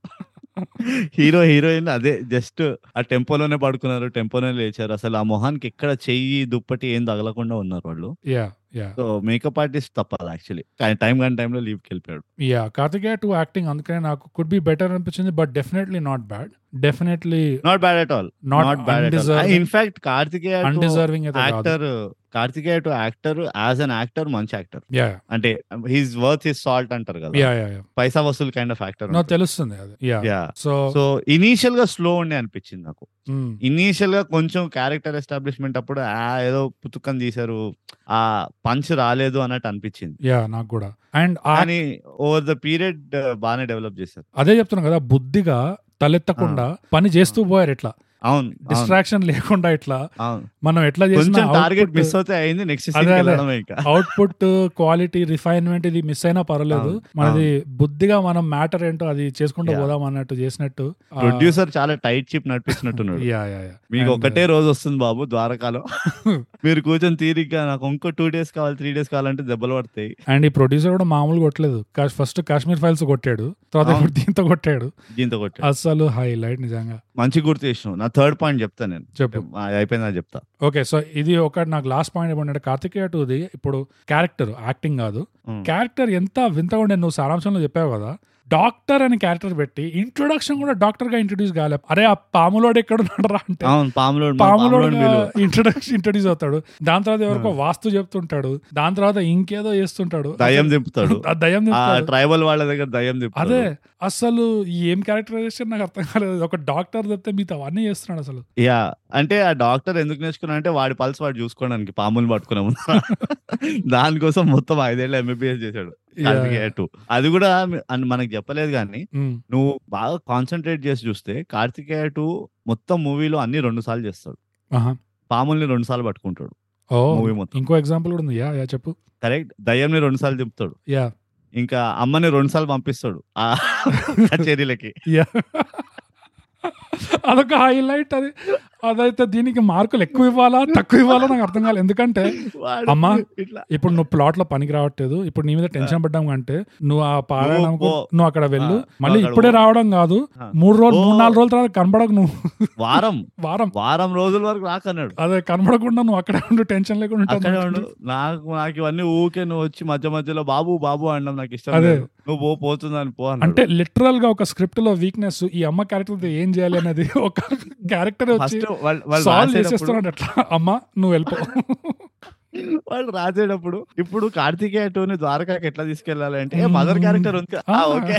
B: హీరో హీరోయిన్ అదే జస్ట్ ఆ టెంపోలోనే పడుకున్నారు టెంపోలోనే లేచారు అసలు ఆ మొహానికి ఎక్కడ చెయ్యి దుప్పటి ఏం తగలకుండా ఉన్నారు వాళ్ళు
A: yeah, yeah,
B: so makeup artist తప్పదు యాక్చువల్లీ కానీ టైం కానీ టైంలో లీవ్ కి వెళ్ళిపోయాడు
A: yeah. కార్తికేయ టు యాక్టింగ్ అందుకనే నాకు కుడ్ బి బెటర్ అనిపించింది but definitely not bad definitely
B: not bad at all
A: not
B: not bad
A: undeserving
B: in fact Ah, Karthikeya oh,
A: undeserving అయితే కాదు
B: actor Karthikeya to actor as an actor మంచి యాక్టర్
A: యా
B: అంటే he's worth his salt అంటారు
A: yeah
B: కదా
A: yeah yeah
B: paisa vasool kind of actor
A: నాకు తెలుస్తుంది అది yeah
B: yeah
A: so
B: so initial గా స్లో ఉండే అనిపించింది నాకు
A: mm.
B: ఇనీషియల్ గా కొంచెం క్యారెక్టర్ ఎస్టాబ్లిష్మెంట్ అప్పుడు ఆ ఏదో పుతుక్కని తీశారు ఆ పంచ్ రాలేదు అన్నట్టు అనిపించింది
A: యా నాకు కూడా అండ్
B: కానీ ఓవర్ ద పీరియడ్ బాగానే డెవలప్ చేశారు
A: అదే చెప్తున్నాను కదా బుద్ధిగా తలెత్తకుండా పని చేస్తూ పోయారు ఇట్లా
B: అవును అవును,
A: డిస్ట్రాక్షన్ లేకుండా ఇట్లా
B: అవును
A: మనం ఎట్లా చేసిన
B: కొంచెం టార్గెట్
A: output-
B: మిస్ అవుతే అయింది నెక్స్ట్
A: అదే, అదే.
B: వెళ్ళడమే ఇంకా
A: అవుట్పుట్ క్వాలిటీ రిఫైన్మెంట్ uh, ఇది మిస్ అయినా పర్వాలేదు
B: అవును,
A: మనది బుద్ధిగా మనం మ్యాటర్ ఏంటో అది చేసుకుంటూ
B: Yeah.
A: పోదాం అన్నట్టు చేసినట్టు ఆ,
B: ప్రొడ్యూసర్ చాలా టైట్ చిప్ నడిపిస్తున్నట్టున్నాడు
A: yeah, yeah, yeah.
B: మీకు
A: And,
B: ఒకటే రోజు వస్తుంది బాబు ద్వారకాలో మీరు కూర్చొని తీరిగ్గా నాకు ఇంకో టూ డేస్ కావాలి త్రీ డేస్ కావాలంటే దెబ్బలు పడతాయి
A: అండ్ uh, ఈ ప్రొడ్యూసర్ కూడా మామూలు కొట్టలేదు ఫస్ట్ కాశ్మీర్ ఫైల్స్ కొట్టాడు తర్వాత
B: అవును.
A: ఇప్పుడు దీంతో కొట్టాడు
B: దీంతో కొట్టి
A: అసలు హైలైట్ నిజంగా
B: మంచి గుర్తు చేసినావు నా థర్డ్ పాయింట్ చెప్తా నేను
A: చెప్పు
B: ఆ, అయిపోయిందా చెప్తా
A: ఓకే సో ఇది ఒక నాకు లాస్ట్ పాయింట్ ఏమంటే కార్తికేయ టూది ఇప్పుడు క్యారెక్టర్ యాక్టింగ్ కాదు
B: ఉమ్.
A: క్యారెక్టర్ ఎంత వింతగా ఉండే నువ్వు సారాంశంలో చెప్పావు కదా డాక్టర్ అని క్యారెక్టర్ పెట్టి ఇంట్రొడక్షన్ కూడా డాక్టర్ గా ఇంట్రొడ్యూస్ కాలే అరే ఆ పాములోడు ఎక్కడ ఉన్నాడు అంటే
B: అవును పాములోడు మా పాములోడు
A: పాములోడుగా
B: విలువ.
A: ఇంట్రొడక్షన్ ఇంట్రొడ్యూస్ అవుతాడు దాని తర్వాత ఎవరికో వాస్తు చెప్తుంటాడు దాని తర్వాత ఇంకేదో చేస్తుంటాడు
B: దయ్యం దింపుతాడు
A: ఆ దయ్యం
B: ఆ
A: దింపుతాడు.
B: ట్రైబల్ వాళ్ళ దగ్గర దయ్యం దింపుతాడు
A: అదే అసలు ఏం క్యారెక్టరైజేషన్ నాకు అర్థం కాలేదు ఒక డాక్టర్ తప్పితే మిగతా అవన్నీ చేస్తున్నాడు అసలు
B: యా అంటే ఆ డాక్టర్ ఎందుకు నేర్చుకున్నా అంటే వాడి పల్స్ వాడు చూసుకోవడానికి పాములు పట్టుకునే ముందు దానికోసం మొత్తం ఐదేళ్ళు ఎంబీబీఎస్ చేశాడు కార్తికేయ two. అది కూడా మీ- అన్- మనకి చెప్పలేదు కానీ
A: ఉమ్,
B: నువ్వు బాగా కాన్సన్ట్రేట్ చేసి చూస్తే కార్తికేయ టూ మొత్తం మూవీలో అన్ని రెండు సార్లు చేస్తాడు
A: అహా.
B: పాముల్ని రెండు సార్లు పట్టుకుంటాడు
A: ఓ
B: మూవీ మొత్తం
A: ఇంకో ఎగ్జాంపుల్ కూడా ఉంది యా యా చెప్పు
B: కరెక్ట్ దయ్యంని రెండు సార్లు దింపుతాడు
A: యా <laughs>
B: ఇంకా అమ్మని రెండు సార్లు పంపిస్తాడు ఆ కచేరీలకి
A: యా అదొక హైలైట్ అది అదైతే దీనికి మార్కులు ఎక్కువ ఇవ్వాలా తక్కువ ఇవ్వాలా నాకు అర్థం కాలేదు ఎందుకంటే
B: వాడు
A: అమ్మా,
B: ఇట్లా
A: ఇప్పుడు నువ్వు ప్లాట్ లో పనికి రావట్లేదు ఇప్పుడు నీ మీద టెన్షన్ పడ్డాం అంటే నువ్వు ఆ పారాయణం
B: పో.
A: నువ్వు అక్కడ వెళ్ళు
B: ఆ,
A: మళ్ళీ
B: అక్కడ
A: ఇప్పుడే
B: పో.
A: రావడం కాదు
B: ఆ.
A: మూడు రోజులు
B: పో.
A: మూడు నాలుగు రోజుల తర్వాత కనబడకు నువ్వు <laughs>
B: వారం
A: వారం
B: వారం రోజుల వరకు రాకన్నాడు
A: అదే కనబడకుండా నువ్వు అక్కడే ఉండు టెన్షన్ లేకుండా ఉంటావు
B: అక్కడే ఉండు నాకు నాకు ఇవన్నీ ఊకే నువ్వు వచ్చి మధ్య మధ్యలో బాబు బాబు అనడం నాకు ఇష్టం
A: అదే.
B: లేదు నువ్వు పో పోతుందని పో అన్నాడు.
A: అంటే లిటరల్ గా ఒక స్క్రిప్ట్ లో వీక్నెస్ ఈ అమ్మ క్యారెక్టర్ ఏం చేయాలి అనేది <laughs> ఒక క్యారెక్టర్ వచ్చి
B: ఫస్ట్ వాళ్ళు వాళ్ళు
A: సాల్వ్
B: రాసేటప్పుడు
A: చేసేస్తున్నాడు అట్లా అమ్మ నువ్వు వెళ్ళిపో
B: <laughs> వాళ్ళు రాసేటప్పుడు ఇప్పుడు కార్తికేయ టూని ద్వారకాకి ఎట్లా తీసుకెళ్ళాలి అంటే
A: మ్మ్.
B: మదర్ క్యారెక్టర్ ఉంది కదా, ఆ,
A: ఆ.
B: ఓకే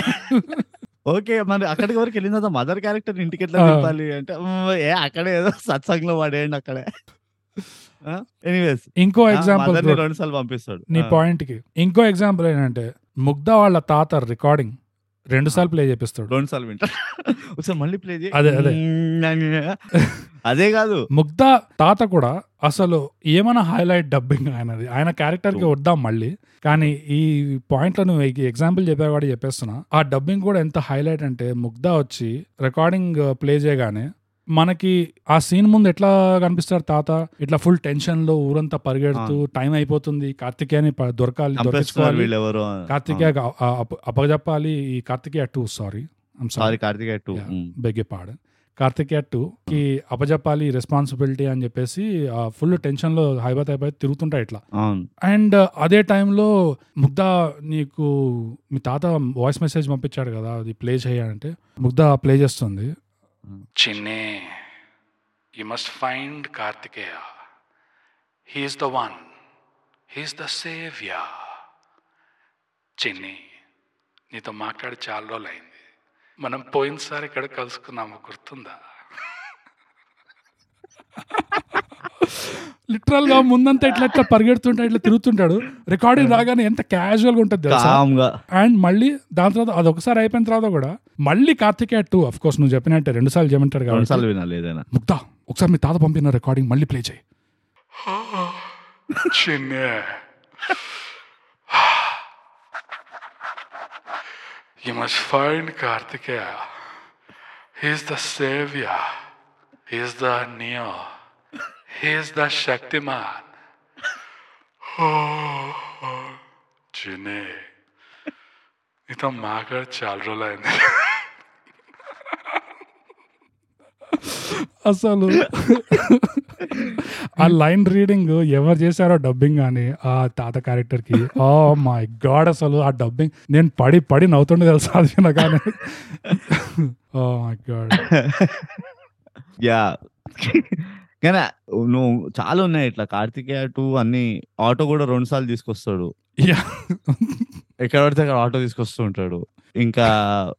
B: ఓకే మరి అక్కడికి వరకు వెళ్ళిన తర్వాత మదర్ క్యారెక్టర్ ఇంటికి ఎట్లా
A: ఆ.
B: తిప్పాలి అంటే మ్మ్, ఏ అక్కడే ఏదో సత్సంగంలో పడేయండి అక్కడే ఎనీవేస్
A: ఇంకో ఎగ్జాంపుల్
B: మదర్ని రెండు సార్లు పంపిస్తాడు
A: నీ
B: ఆ.
A: పాయింట్ కి ఇంకో ఎగ్జాంపుల్ ఏంటంటే ముగ్ధ వాళ్ళ తాత రికార్డింగ్ రెండు సార్లు ప్లే చేపిస్తాడు
B: రెండు సార్లు వింటా ఒకసారి మళ్ళీ ప్లే చేయి
A: అదే, అదే.
B: అదే కాదు
A: ముగ్ధ తాత కూడా అసలు ఏమైనా హైలైట్ డబ్బింగ్ ఆయనది ఆయన క్యారెక్టర్ కి
B: True.
A: వద్దాం మళ్ళీ కానీ ఈ పాయింట్ లో నువ్వు ఎగ్జాంపుల్ చెప్పావు కూడా చెప్పేస్తున్నా ఆ డబ్బింగ్ కూడా ఎంత హైలైట్ అంటే ముగ్ధ వచ్చి రికార్డింగ్ ప్లే చేయగానే మనకి ఆ సీన్ ముందు ఎట్లా కనిపిస్తారు తాత ఇట్లా ఫుల్ టెన్షన్ లో ఊరంతా పరిగెడుతూ టైం అయిపోతుంది కార్తికేయని ప- దొరకాలి
B: చంపేస్తున్నారు
A: దొరకించుకోవాలి
B: వీళ్ళెవరు
A: కార్తికేయ గ- ఆ- అప్ప- అప్పగజెప్పాలి ఈ Karthikeya two sorry
B: sorry Karthikeya two
A: Yeah. బెగ్గే పాడ్ కార్తికేయ టూ కి అప్పజెప్పాలి రెస్పాన్సిబిలిటీ అని చెప్పేసి ఫుల్ టెన్షన్ లో హైబాత్ హైబాత్ తిరుగుతుంటాయి ఇట్లా
B: అవును
A: అండ్ uh, అదే టైంలో ముగ్ధ నీకు మీ తాత వాయిస్ మెసేజ్ పంపించాడు కదా అది ప్లే చేయాలంటే ముగ్ధ ప్లే చేస్తుంది చిన్నే you must find Karthikeya he's the one he's the saviour Chinni నీతో మాట్లాడి చాలా రోజులు అయింది మనం పోయినసారి ఇక్కడ కలుసుకున్నాము గుర్తుందా లిటరల్ గా ముందంతా ఇట్లా ఇట్లా పరిగెడుతుంటాడు ఇట్లా తిరుగుతుంటాడు రికార్డింగ్ రాగానే ఎంత క్యాజువల్ గా ఉంటుంది తెలుసా?
B: కామ్ గా
A: అండ్ మళ్ళీ దాని తర్వాత అది ఒకసారి అయిపోయిన తర్వాత కూడా మళ్ళీ కార్తికేయ టూ అఫ్ కోర్స్ నువ్వు చెప్పినట్టే రెండు సార్లు చేయమంటాడు
B: రెండు
A: కాబట్టి
B: సార్లు వినాలి ఏదైనా
A: ముక్తా ఒకసారి మీ తాత పంపిన రికార్డింగ్ మళ్ళీ ప్లే చేయి చిన్న you must find Karthikeya he's the saviour he's the Neo he's the Shaktimaan Oh, చిన్నే నీతో మాట్లాడి చాలా రోజులు అయింది
B: <laughs>
A: అసలు ఆ లైన్ రీడింగ్ ఎవరు చేశారో డబ్బింగ్ అని ఆ తాత క్యారెక్టర్
B: <laughs>
A: కి ఓ మై గాడ్ అసలు ఆ డబ్బింగ్ నేను పడి పడి నవ్వుతుండే తెలుసా అది Oh
B: <laughs>
A: కానీ ఓ మై గాడ్
B: <laughs> యా కానీ నువ్వు చాలా ఉన్నాయి ఇట్లా కార్తికేయ టూ అన్ని ఆటో కూడా రెండు సార్లు తీసుకొస్తాడు
A: యా
B: ఎక్కడ పడితే అక్కడ ఆటో తీసుకొస్తూ ఉంటాడు ఇంకా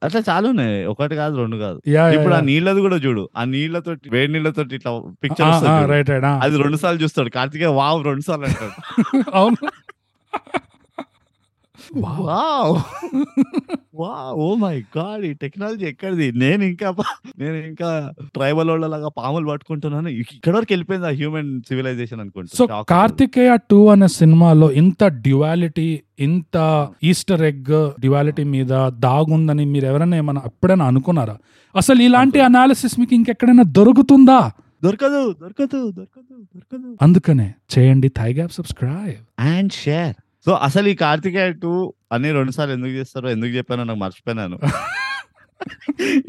B: అట్లా చాలా ఉన్నాయి ఒకటి కాదు రెండు కాదు
A: యా
B: ఇప్పుడు ఆ నీళ్ళది కూడా చూడు ఆ నీళ్ళతో వేడి నీళ్ళతో ఇట్లా
A: Ah,
B: పిక్చర్ వస్తుంది
A: రైట్ రైట్
B: అది రెండు సార్లు చూస్తాడు కార్తికేయ వావ్ రెండు సార్లు అంటాడు
A: <laughs>
B: <laughs>
A: అవును
B: వావ్ <laughs> వా ఓ మై గాడ్ ఈ టెక్నాలజీ ఎక్కడిది నేను ఇంకా పా- నేను ఇంకా ట్రైబల్ వాళ్ళలాగా పాములు పట్టుకుంటున్నాను ఇక్కడ వరకు వెళ్ళిపోయింది ఆ హ్యూమన్ సివిలైజేషన్
A: సో
B: అనుకుంటా
A: కార్తికేయ టూ అనే సినిమాలో ఇంత డ్యువాలిటీ ఇంత ఈస్టర్ ఎగ్ డ్యువాలిటీ మీద దాగుందని మీరు ఎవరైనా ఏమైనా ఎప్పుడైనా అనుకున్నారా అసలు ఇలాంటి అనాలిసిస్ మీకు ఇంకెక్కడైనా దొరుకుతుందా
B: దొరకదు దొరకదు దొరకదు దొరకదు
A: అందుకనే చేయండి థై gap subscribe
B: and share so అసలు ఈ కార్తికేయ టూ అని రెండు సార్లు ఎందుకు చేస్తారో ఎందుకు చెప్పానో నాకు
A: <laughs>
B: మర్చిపోయినాను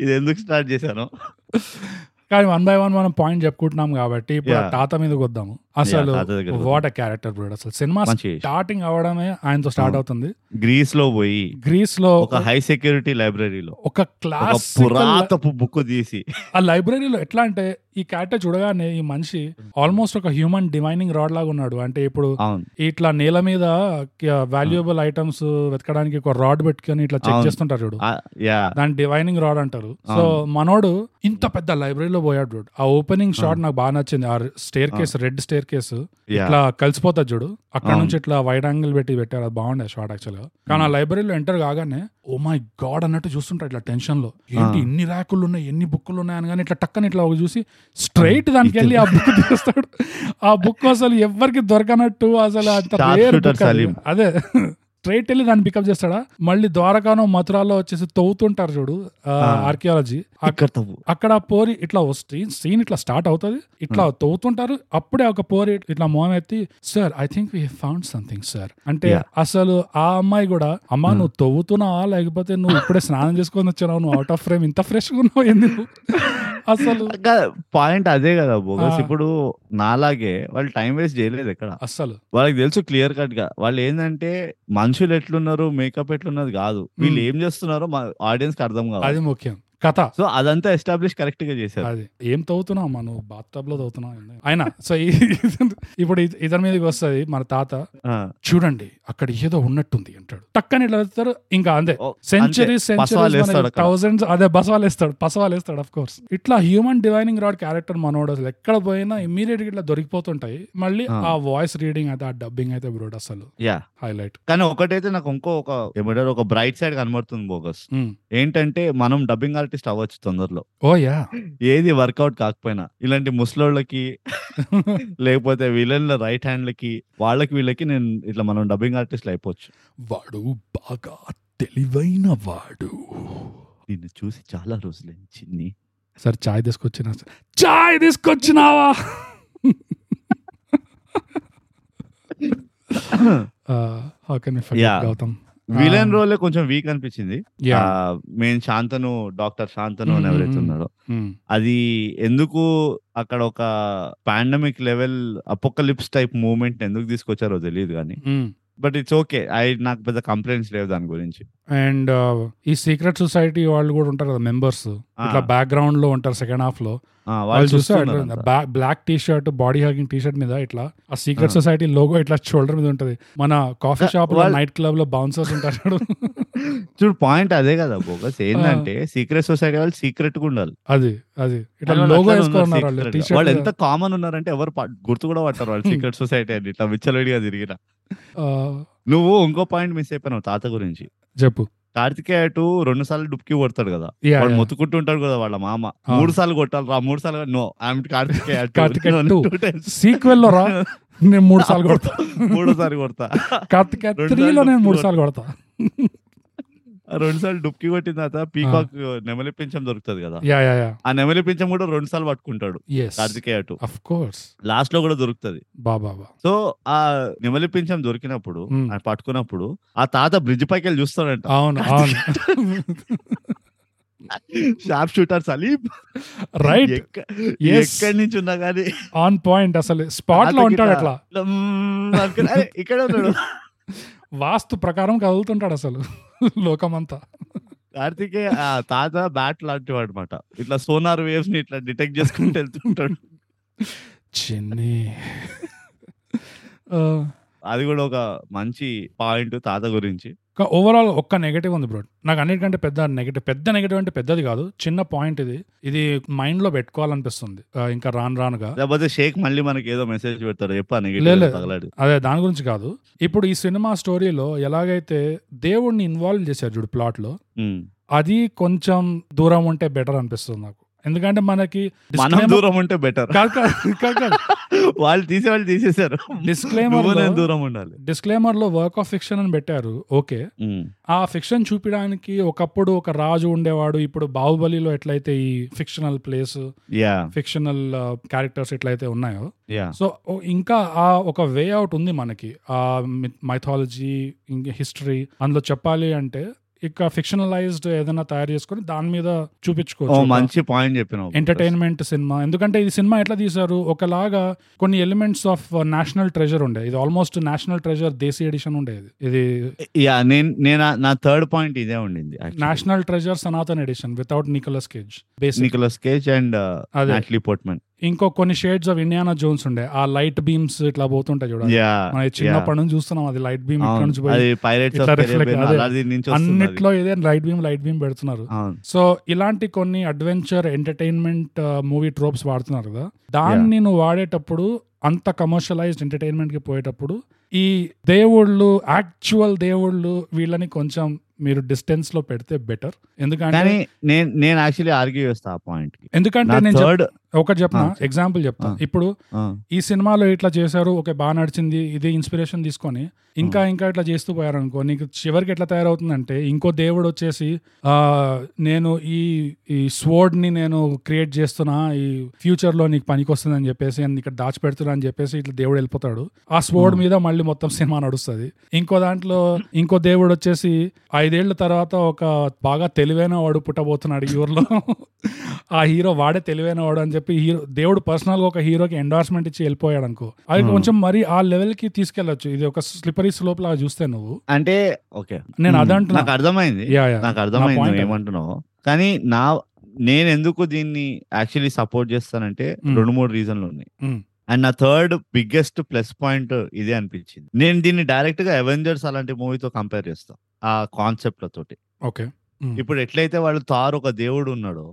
B: ఇది ఎందుకు స్టార్ట్ చేశాను
A: <laughs> కానీ వన్ బై వన్ మనం పాయింట్ చెప్పుకుంటున్నాం కాబట్టి ఇప్పుడు ఆ
B: Yeah.
A: తాత మీదకి వద్దాము అసలు
B: తాత దగ్గరికి
A: వాట్ క్యారెక్టర్ బ్రూడ్ అసలు సినిమా
B: మంచి
A: స్టార్టింగ్ అవడమే ఆయనతో స్టార్ట్
B: అవును.
A: అవుతుంది
B: గ్రీస్ లో పోయి
A: గ్రీస్ లో
B: ఒక హై సెక్యూరిటీ లైబ్రరీలో
A: ఒక
B: ఒక
A: క్లాస్
B: పురాతపు బుక్ తీసి
A: ఆ లైబ్రరీలో ఎట్లా అంటే ఈ క్యారెక్టర్ చూడగానే ఈ మనిషి ఆల్మోస్ట్ ఒక హ్యూమన్ డివైనింగ్ రాడ్ లాగా ఉన్నాడు అంటే ఇప్పుడు
B: అవును
A: ఇట్లా నేల మీద వాల్యుయబుల్ ఐటమ్స్ వెతకడానికి ఒక రాడ్ పెట్టుకొని ఇట్లా చెక్
B: అవును.
A: చేస్తుంటారు చూడు
B: ఆ, యా
A: దాని డివైనింగ్ రాడ్ అంటారు సో మనోడు ఇంత పెద్ద లైబ్రరీలో పోయాడు చూడు ఆ ఓపెనింగ్ షాట్ నాకు బాగా నచ్చింది ఆ staircase red staircase
B: yeah
A: ఇట్లా కలిసిపోతాది చూడు అక్కడ
B: అవును. Hmm.
A: నుంచి ఇట్లా వైడ్ యాంగిల్ పెట్టి పెట్టారు అది బాగుండే షాట్ యాక్చువల్ గా కానీ ఆ లైబ్రరీలో ఎంటర్ కాగానే ఓ మై గాడ్ అన్నట్టు చూస్తుంటారు ఇట్లా టెన్షన్ లో
B: Ah.
A: ఏంటి ఇన్ని ర్యాకులు ఉన్నాయి ఎన్ని బుక్కులు ఉన్నాయి అని కానీ ఇట్లా టక్కని ఇట్లా ఒక చూసి స్ట్రైట్ దానికి వెళ్ళి ఆ బుక్ తీస్తాడు ఆ బుక్ అసలు ఎవరికి దొరకనట్టు అసలు అంత
B: Sharp
A: rare
B: shooter
A: book అది.
B: సలీం.
A: అదే స్ట్రైట్ వెళ్ళి దాన్ని పికప్ చేస్తాడా మళ్ళీ ద్వారకానో మథురాలో వచ్చేసి తవ్వుతుంటారు చూడు
B: ఆ.
A: ఆర్కియాలజీ
B: అక్కడ తవ్వు
A: అక్కడ ఆ పోరి ఇట్లా వస్తుంది సీన్ ఇట్లా స్టార్ట్ అవుతుంది ఇట్లా తవ్వుతుంటారు అప్పుడే ఒక పోరి ఇట్లా మోహన్ ఎత్తి sir I think we found something sir అంటే
B: Yeah.
A: అసలు ఆ అమ్మాయి కూడా అమ్మా నువ్వు తవ్వుతున్నావా లేకపోతే నువ్వు ఇప్పుడే స్నానం చేసుకొని వచ్చినావు నువ్వు అవుట్ ఆఫ్ ఫ్రేమ్ ఇంత ఫ్రెష్ గా ఉన్నావు ఏంది నువ్వు?" అసలు
B: పాయింట్ అదే కదా బోగస్
A: ఆ.
B: ఇప్పుడు నాలాగే వాళ్ళు టైం వేస్ట్ చేయలేదు ఎక్కడ
A: అసలు
B: వాళ్ళకి తెలుసు క్లియర్ కట్ గా వాళ్ళు ఏంటంటే మనుషులు ఎట్లున్నారు మేకప్ ఎట్లున్నది కాదు వీళ్ళు ఏం చేస్తున్నారో మా ఆడియన్స్ కి అర్థం కాదు
A: అది ముఖ్యం కథ
B: సో అదంతా ఎస్టాబ్లిష్ కరెక్ట్ గా చేశారు
A: అది ఏం తవ్వుతున్నావు మనం బాత్ టబ్ లో తవ్వుతున్నాం అయినా సో ఈ <laughs> ఇప్పుడు ఇత- ఇతని మీదకి వస్తుంది మన తాత
B: ఆ.
A: చూడండి అక్కడ ఏదో ఉన్నట్టుంది అంటాడు టక్కని ఇట్లా వేస్తారు ఇంకా అంతే
B: ఓ,
A: సెంచరీస్
B: అంతే. పసవాలు
A: సెంచరీస్
B: వేస్తాడు అక్కడ.
A: థౌసండ్స్ అదే బసవాలు వేస్తాడు పసవాలు వేస్తాడు అఫ్ కోర్స్ ఇట్లా హ్యూమన్ డివైనింగ్ రాడ్ క్యారెక్టర్ మనోడు అసలు ఎక్కడ పోయినా ఇమీడియట్ గా ఇట్లా దొరికిపోతుంటాయి మళ్ళీ
B: ఆ.
A: ఆ వాయిస్ రీడింగ్ అయితే ఆ డబ్బింగ్ అయితే బ్రోడ్ అసలు
B: యా
A: హైలైట్
B: కానీ ఒకటైతే నాకు ఇంకో ఒక ఏమంటారు ఒక బ్రైట్ సైడ్ కనబడుతుంది బోగస్ ఏంటంటే మనం డబ్బింగ్ ఆర్టిస్ట్ అవ్వచ్చు తొందరలో
A: ఓ యా
B: ఏది వర్కౌట్ కాకపోయినా ఇలాంటి
A: <laughs>
B: ముసలోళ్ళకి లేకపోతే వీళ్ళ రైట్ హ్యాండ్లకి వాళ్ళకి వీళ్ళకి నేను ఇట్లా మనం డబ్బింగ్ ఆర్టిస్ట్లు అయిపోవచ్చు
A: వాడు బాగా తెలివైన వాడు
B: దీన్ని చూసి చాలా రోజులు చిన్ని
A: సార్ చాయ్ తీసుకొచ్చినా సార్ చాయ్ తీసుకొచ్చినావా <laughs> okay
B: Yeah.
A: Gautam
B: villain role కొంచెం వీక్ అనిపించింది
A: yeah
B: main Shantanu doctor Shantanu అని
A: Mm,
B: ఎవరైతే
A: mm,
B: ఉన్నారో అది ఎందుకు అక్కడ ఒక pandemic level apocalypse type moment ఎందుకు తీసుకొచ్చారో తెలియదు కానీ
A: Hmm.
B: But it's okay I నాకు పెద్ద కంప్లైంట్స్ లేవు దాని గురించి
A: అండ్ uh, ఈ సీక్రెట్ సొసైటీ వాళ్ళు కూడా ఉంటారు కదా మెంబర్స్
B: ఆ,
A: ఇట్లా బ్యాక్గ్రౌండ్ లో ఉంటారు సెకండ్ హాఫ్ లో
B: ఆ,
A: వాళ్ళు
B: Ah. వాళ్ళు
A: చూస్తే
B: చూస్తున్నారు
A: అట్లా
B: అంతా.
A: బ్లా- black T shirt body hugging T shirt మీద ఇట్లా ఆ సీక్రెట్
B: ఆ.
A: సొసైటీ లోగో ఇట్లా షోల్డర్ మీద ఉంటది మన కాఫీ
B: ఆ,
A: షాప్ లో
B: Ah. వాళ్ళు-
A: నైట్ క్లబ్ లో బౌన్సర్స్ ఉంటారు
B: <laughs>
A: చూడు.
B: చూడు పాయింట్ అదే కదా బోగస్ ఏంటంటే సీక్రెట్ సొసైటీ వాళ్ళు సీక్రెట్ గా ఉండాలి
A: అది అది ఇట్లా
B: వాళ్ళు
A: లోగో
B: అట్లనే ఉన్నారు
A: వేసుకున్నారు వాళ్ళు
B: secret
A: టీ
B: గా. వాళ్ళు ఎంత కామన్ ఉన్నారంటే ఎవరు పా- గుర్తు కూడా పట్టారు వాళ్ళు సీక్రెట్ సొసైటీ అని ఇట్లా విచ్చలవిడిగా తిరిగిన
A: షర్ట్
B: నువ్వు ఇంకో పాయింట్ మిస్ అయిపోయినావు తాత గురించి
A: చెప్పు
B: కార్తికేయ అటు రెండు సార్లు డుప్కి కొడతాడు కదా
A: Yeah,
B: వాడు
A: yeah.
B: మొత్తుకుంటుంటాడు కదా వాళ్ళ మామ
A: ఆ.
B: మూడు సార్లు కొట్టాలి రా మూడు సార్లు నో ఐఎమ్ కార్తికేయ అటు.
A: Karthikeya
B: No,
A: two.
B: two times.
A: Sequel
B: <laughs>
A: లో రా నేను మూడు సార్లు కొడతా
B: మూడోసారి కొడతా
A: కార్తిక
B: రెండు
A: త్రీ లో
B: సార్లు
A: నేను మూడు
B: కొడతా.
A: సార్లు కొడతా <laughs>
B: రెండు సార్లు డుప్కి కొట్టిన తర్వాత పీకాక్ నెమలి పింఛం దొరుకుతుంది కదా
A: యా యా యా
B: ఆ నెమలి పింఛం కూడా రెండు సార్లు పట్టుకుంటాడు
A: ఎస్
B: కార్తికేయ అటు
A: అఫ్ కోర్స్
B: లాస్ట్ లో కూడా దొరుకుతది
A: బాబా బా
B: సో ఆ నెమలి పింఛం దొరికినప్పుడు
A: Hmm.
B: ఆ పట్టుకున్నప్పుడు ఆ తాత బ్రిడ్జ్ పైకి వెళ్ళి
A: <laughs>
B: చూస్తాడంట
A: అవును అవును
B: <laughs> షార్ప్ షూటర్ సలీం
A: రైట్
B: ఎక్క-
A: Yes.
B: ఎక్కడి నుంచి ఉన్నా కానీ
A: ఆన్ పాయింట్ అసలు స్పాట్ లో
B: తాతకి
A: ఉంటాడు
B: ఇట్లా-
A: అట్లా
B: "మ్మ్" అనుకుని, "అరే, ఇక్కడ ఉన్నాడు
A: వాస్తు ప్రకారం కదులుతుంటాడు అసలు లోకమంతా
B: కార్తికే ఆ తాత బ్యాట్ లాంటివాడు అనమాట ఇట్లా సోనార్ వేవ్స్ ని ఇట్లా డిటెక్ట్ చేసుకుంటూ వెళ్తుంటాడు
A: చిన్ని
B: అది కూడా ఒక మంచి పాయింట్ తాత గురించి
A: ఓవరాల్ ఒక్క నెగటివ్ ఉంది బ్రో నాకు అన్నిటికంటే పెద్ద నెగటివ్ పెద్ద నెగటివ్ అంటే పెద్దది కాదు చిన్న పాయింట్ ఇది ఇది మైండ్ లో పెట్టుకోవాలనిపిస్తుంది ఆ, ఇంకా రాను రానుగా
B: లేకపోతే షేక్ మళ్ళీ మనకి ఏదో మెసేజ్ పెడతాడు చెప్పా
A: లే,
B: నెగిటివ్
A: లే.
B: తగలాడు
A: అదే దాని గురించి కాదు ఇప్పుడు ఈ సినిమా స్టోరీలో ఎలాగైతే దేవుడిని ఇన్వాల్వ్ చేశారు చూడు ప్లాట్ లో
B: మ్మ్.
A: అది కొంచెం దూరం ఉంటే బెటర్ అనిపిస్తుంది నాకు ఎందుకంటే మనకి
B: మనం
A: disclaimer-
B: దూరం ఉంటే బెటర్
A: కాదు, కాదు, కాదు, కాదు.
B: వాళ్ళు తీసే వాళ్ళు తీసేశారు
A: Disclaimer
B: నువ్వు
A: లో-
B: నేను దూరం ఉండాలి
A: Disclaimer లో వర్క్ ఆఫ్ ఫిక్షన్ అని పెట్టారు ఓకే
B: మ్మ్.
A: ఆ ఫిక్షన్ చూపించడానికి ఒకప్పుడు ఒక రాజు ఉండేవాడు ఇప్పుడు బాహుబలిలో ఎట్లయితే ఈ fictional place
B: yeah
A: fictional characters uh, ఎట్లయితే ఉన్నాయో
B: యా
A: సో ఓ- ఇంకా ఆ ఒక వే అవుట్ ఉంది మనకి ఆ మైథాలజీ ఇంకా హిస్టరీ అందులో చెప్పాలి అంటే ఇక ఫిక్షనలైజ్డ్ ఏదైనా తయారు చేసుకొని దాని మీద
B: ఓ
A: చూపించుకోవచ్చు ఒక
B: Oh, మంచి పాయింట్ చెప్పినావు
A: ఎంటర్టైన్మెంట్ సినిమా ఎందుకంటే ఇది సినిమా ఎట్లా తీశారు ఒకలాగా కొన్ని ఎలిమెంట్స్ ఆఫ్ నేషనల్ ట్రెజర్ ఉండే ఇది almost national treasure desi edition ఉండేది ఇది
B: యా నేను నేను ఆ- నా థర్డ్ పాయింట్ ఇదే ఉండింది
A: national treasure Sanatan edition without Nicolas Cage basic
B: Nicolas Cage and
A: అదే.
B: నాట్లీ పోర్ట్మెన్
A: ఇంకో కొన్ని షేడ్స్ ఆఫ్ ఇండియానా జోన్స్ ఉండే ఆ లైట్ బీమ్స్ ఇట్లా పోతుంటాయి చూడండి
B: యా
A: మన చిన్నప్పటి నుంచి చూస్తున్నాం అది లైట్ బీమ్ ఇక్కడ నుంచి పోయి
B: అది పైరేట్స్
A: ఇట్లా reflect అదే.
B: నుంచి వస్తుంది అది.
A: అన్నిట్లో ఇదే లైట్ బీమ్ లైట్ బీమ్ పెడుతున్నారు
B: అవును
A: సో ఇలాంటి కొన్ని అడ్వెంచర్ ఎంటర్టైన్మెంట్ మూవీ ట్రోప్స్ వాడుతున్నారు కదా దాన్ని నువ్వు వాడేటప్పుడు అంత కమర్షియలైజ్డ్ ఎంటర్టైన్మెంట్ కి పోయేటప్పుడు ఈ దేవుళ్ళు యాక్చువల్ దేవుళ్ళు వీళ్ళని కొంచెం మీరు డిస్టెన్స్ లో పెడితే బెటర్ ఎందుకంటే
B: కానీ నేను నేను యాక్చువల్లీ ఆర్గ్యూ చేస్తా ఆ పాయింట్ కి
A: ఎందుకంటే
B: నా
A: నేను చెప్-
B: థర్డ్
A: ఒకటి చెప్పిన
B: ఆ, చెప్పు.
A: ఎగ్జాంపుల్ చెప్తా
B: ఆ.
A: ఇప్పుడు ఈ సినిమాలో ఇట్లా చేశారు ఓకే బాగా నడిచింది ఇది ఇన్స్పిరేషన్ తీసుకొని ఇంకా ఇంకా ఇట్లా చేస్తూ పోయారనుకో నీకు చివరికి ఎట్లా తయారవుతుందంటే ఇంకో దేవుడు వచ్చేసి ఆ, నేను ఈ ఈ sword ని నేను క్రియేట్ చేస్తున్నా ఈ future లో నీకు పనికొస్తుందని చెప్పేసి నేను ఇక్కడ దాచిపెడుతున్నా అని చెప్పేసి ఇట్లా దేవుడు వెళ్ళిపోతాడు ఆ స్వోర్డ్ మీద మళ్ళీ మొత్తం సినిమా నడుస్తుంది ఇంకో దాంట్లో ఇంకో దేవుడు వచ్చేసి ఐదేళ్ల తర్వాత ఒక బాగా తెలివైన వాడు పుట్టబోతున్నాడు ఈ ఊర్లో ఆ హీరో వాడే తెలివైన వాడు అని చెప్పి హీరో దేవుడు పర్సనల్ గా ఒక హీరోకి ఎండార్స్మెంట్ ఇచ్చి వెళ్ళిపోయాడు అనుకో అది
B: Hmm.
A: కొంచెం మరి ఆ లెవెల్ కి తీసుకెళ్లొచ్చు ఇది ఒక స్లిపరీ స్లోప్ లాగా చూస్తే నువ్వు
B: అంటే ఓకే
A: నేను అదంటున్నా.
B: Hmm. నాకు అర్థమైంది
A: యా యా
B: నాకు అర్థమైంది
A: point
B: నువ్వు
A: అది.
B: ఏమంటున్నావు కానీ నా నేను ఎందుకు దీన్ని యాక్చువల్లీ సపోర్ట్ చేస్తానంటే
A: Hmm.
B: రెండు మూడు రీజన్లు ఉన్నాయి
A: Hmm.
B: అండ్ నా థర్డ్ బిగ్గెస్ట్ ప్లస్ పాయింట్ ఇదే అనిపించింది నేను దీన్ని డైరెక్ట్ గా అవెంజర్స్ అలాంటి మూవీతో కంపేర్ చేస్తా ఆ కాన్సెప్ట్ లతోటి
A: ఓకే Hmm.
B: ఇప్పుడు ఎట్లయితే వాళ్ళు తార్ ఒక దేవుడు ఉన్నాడో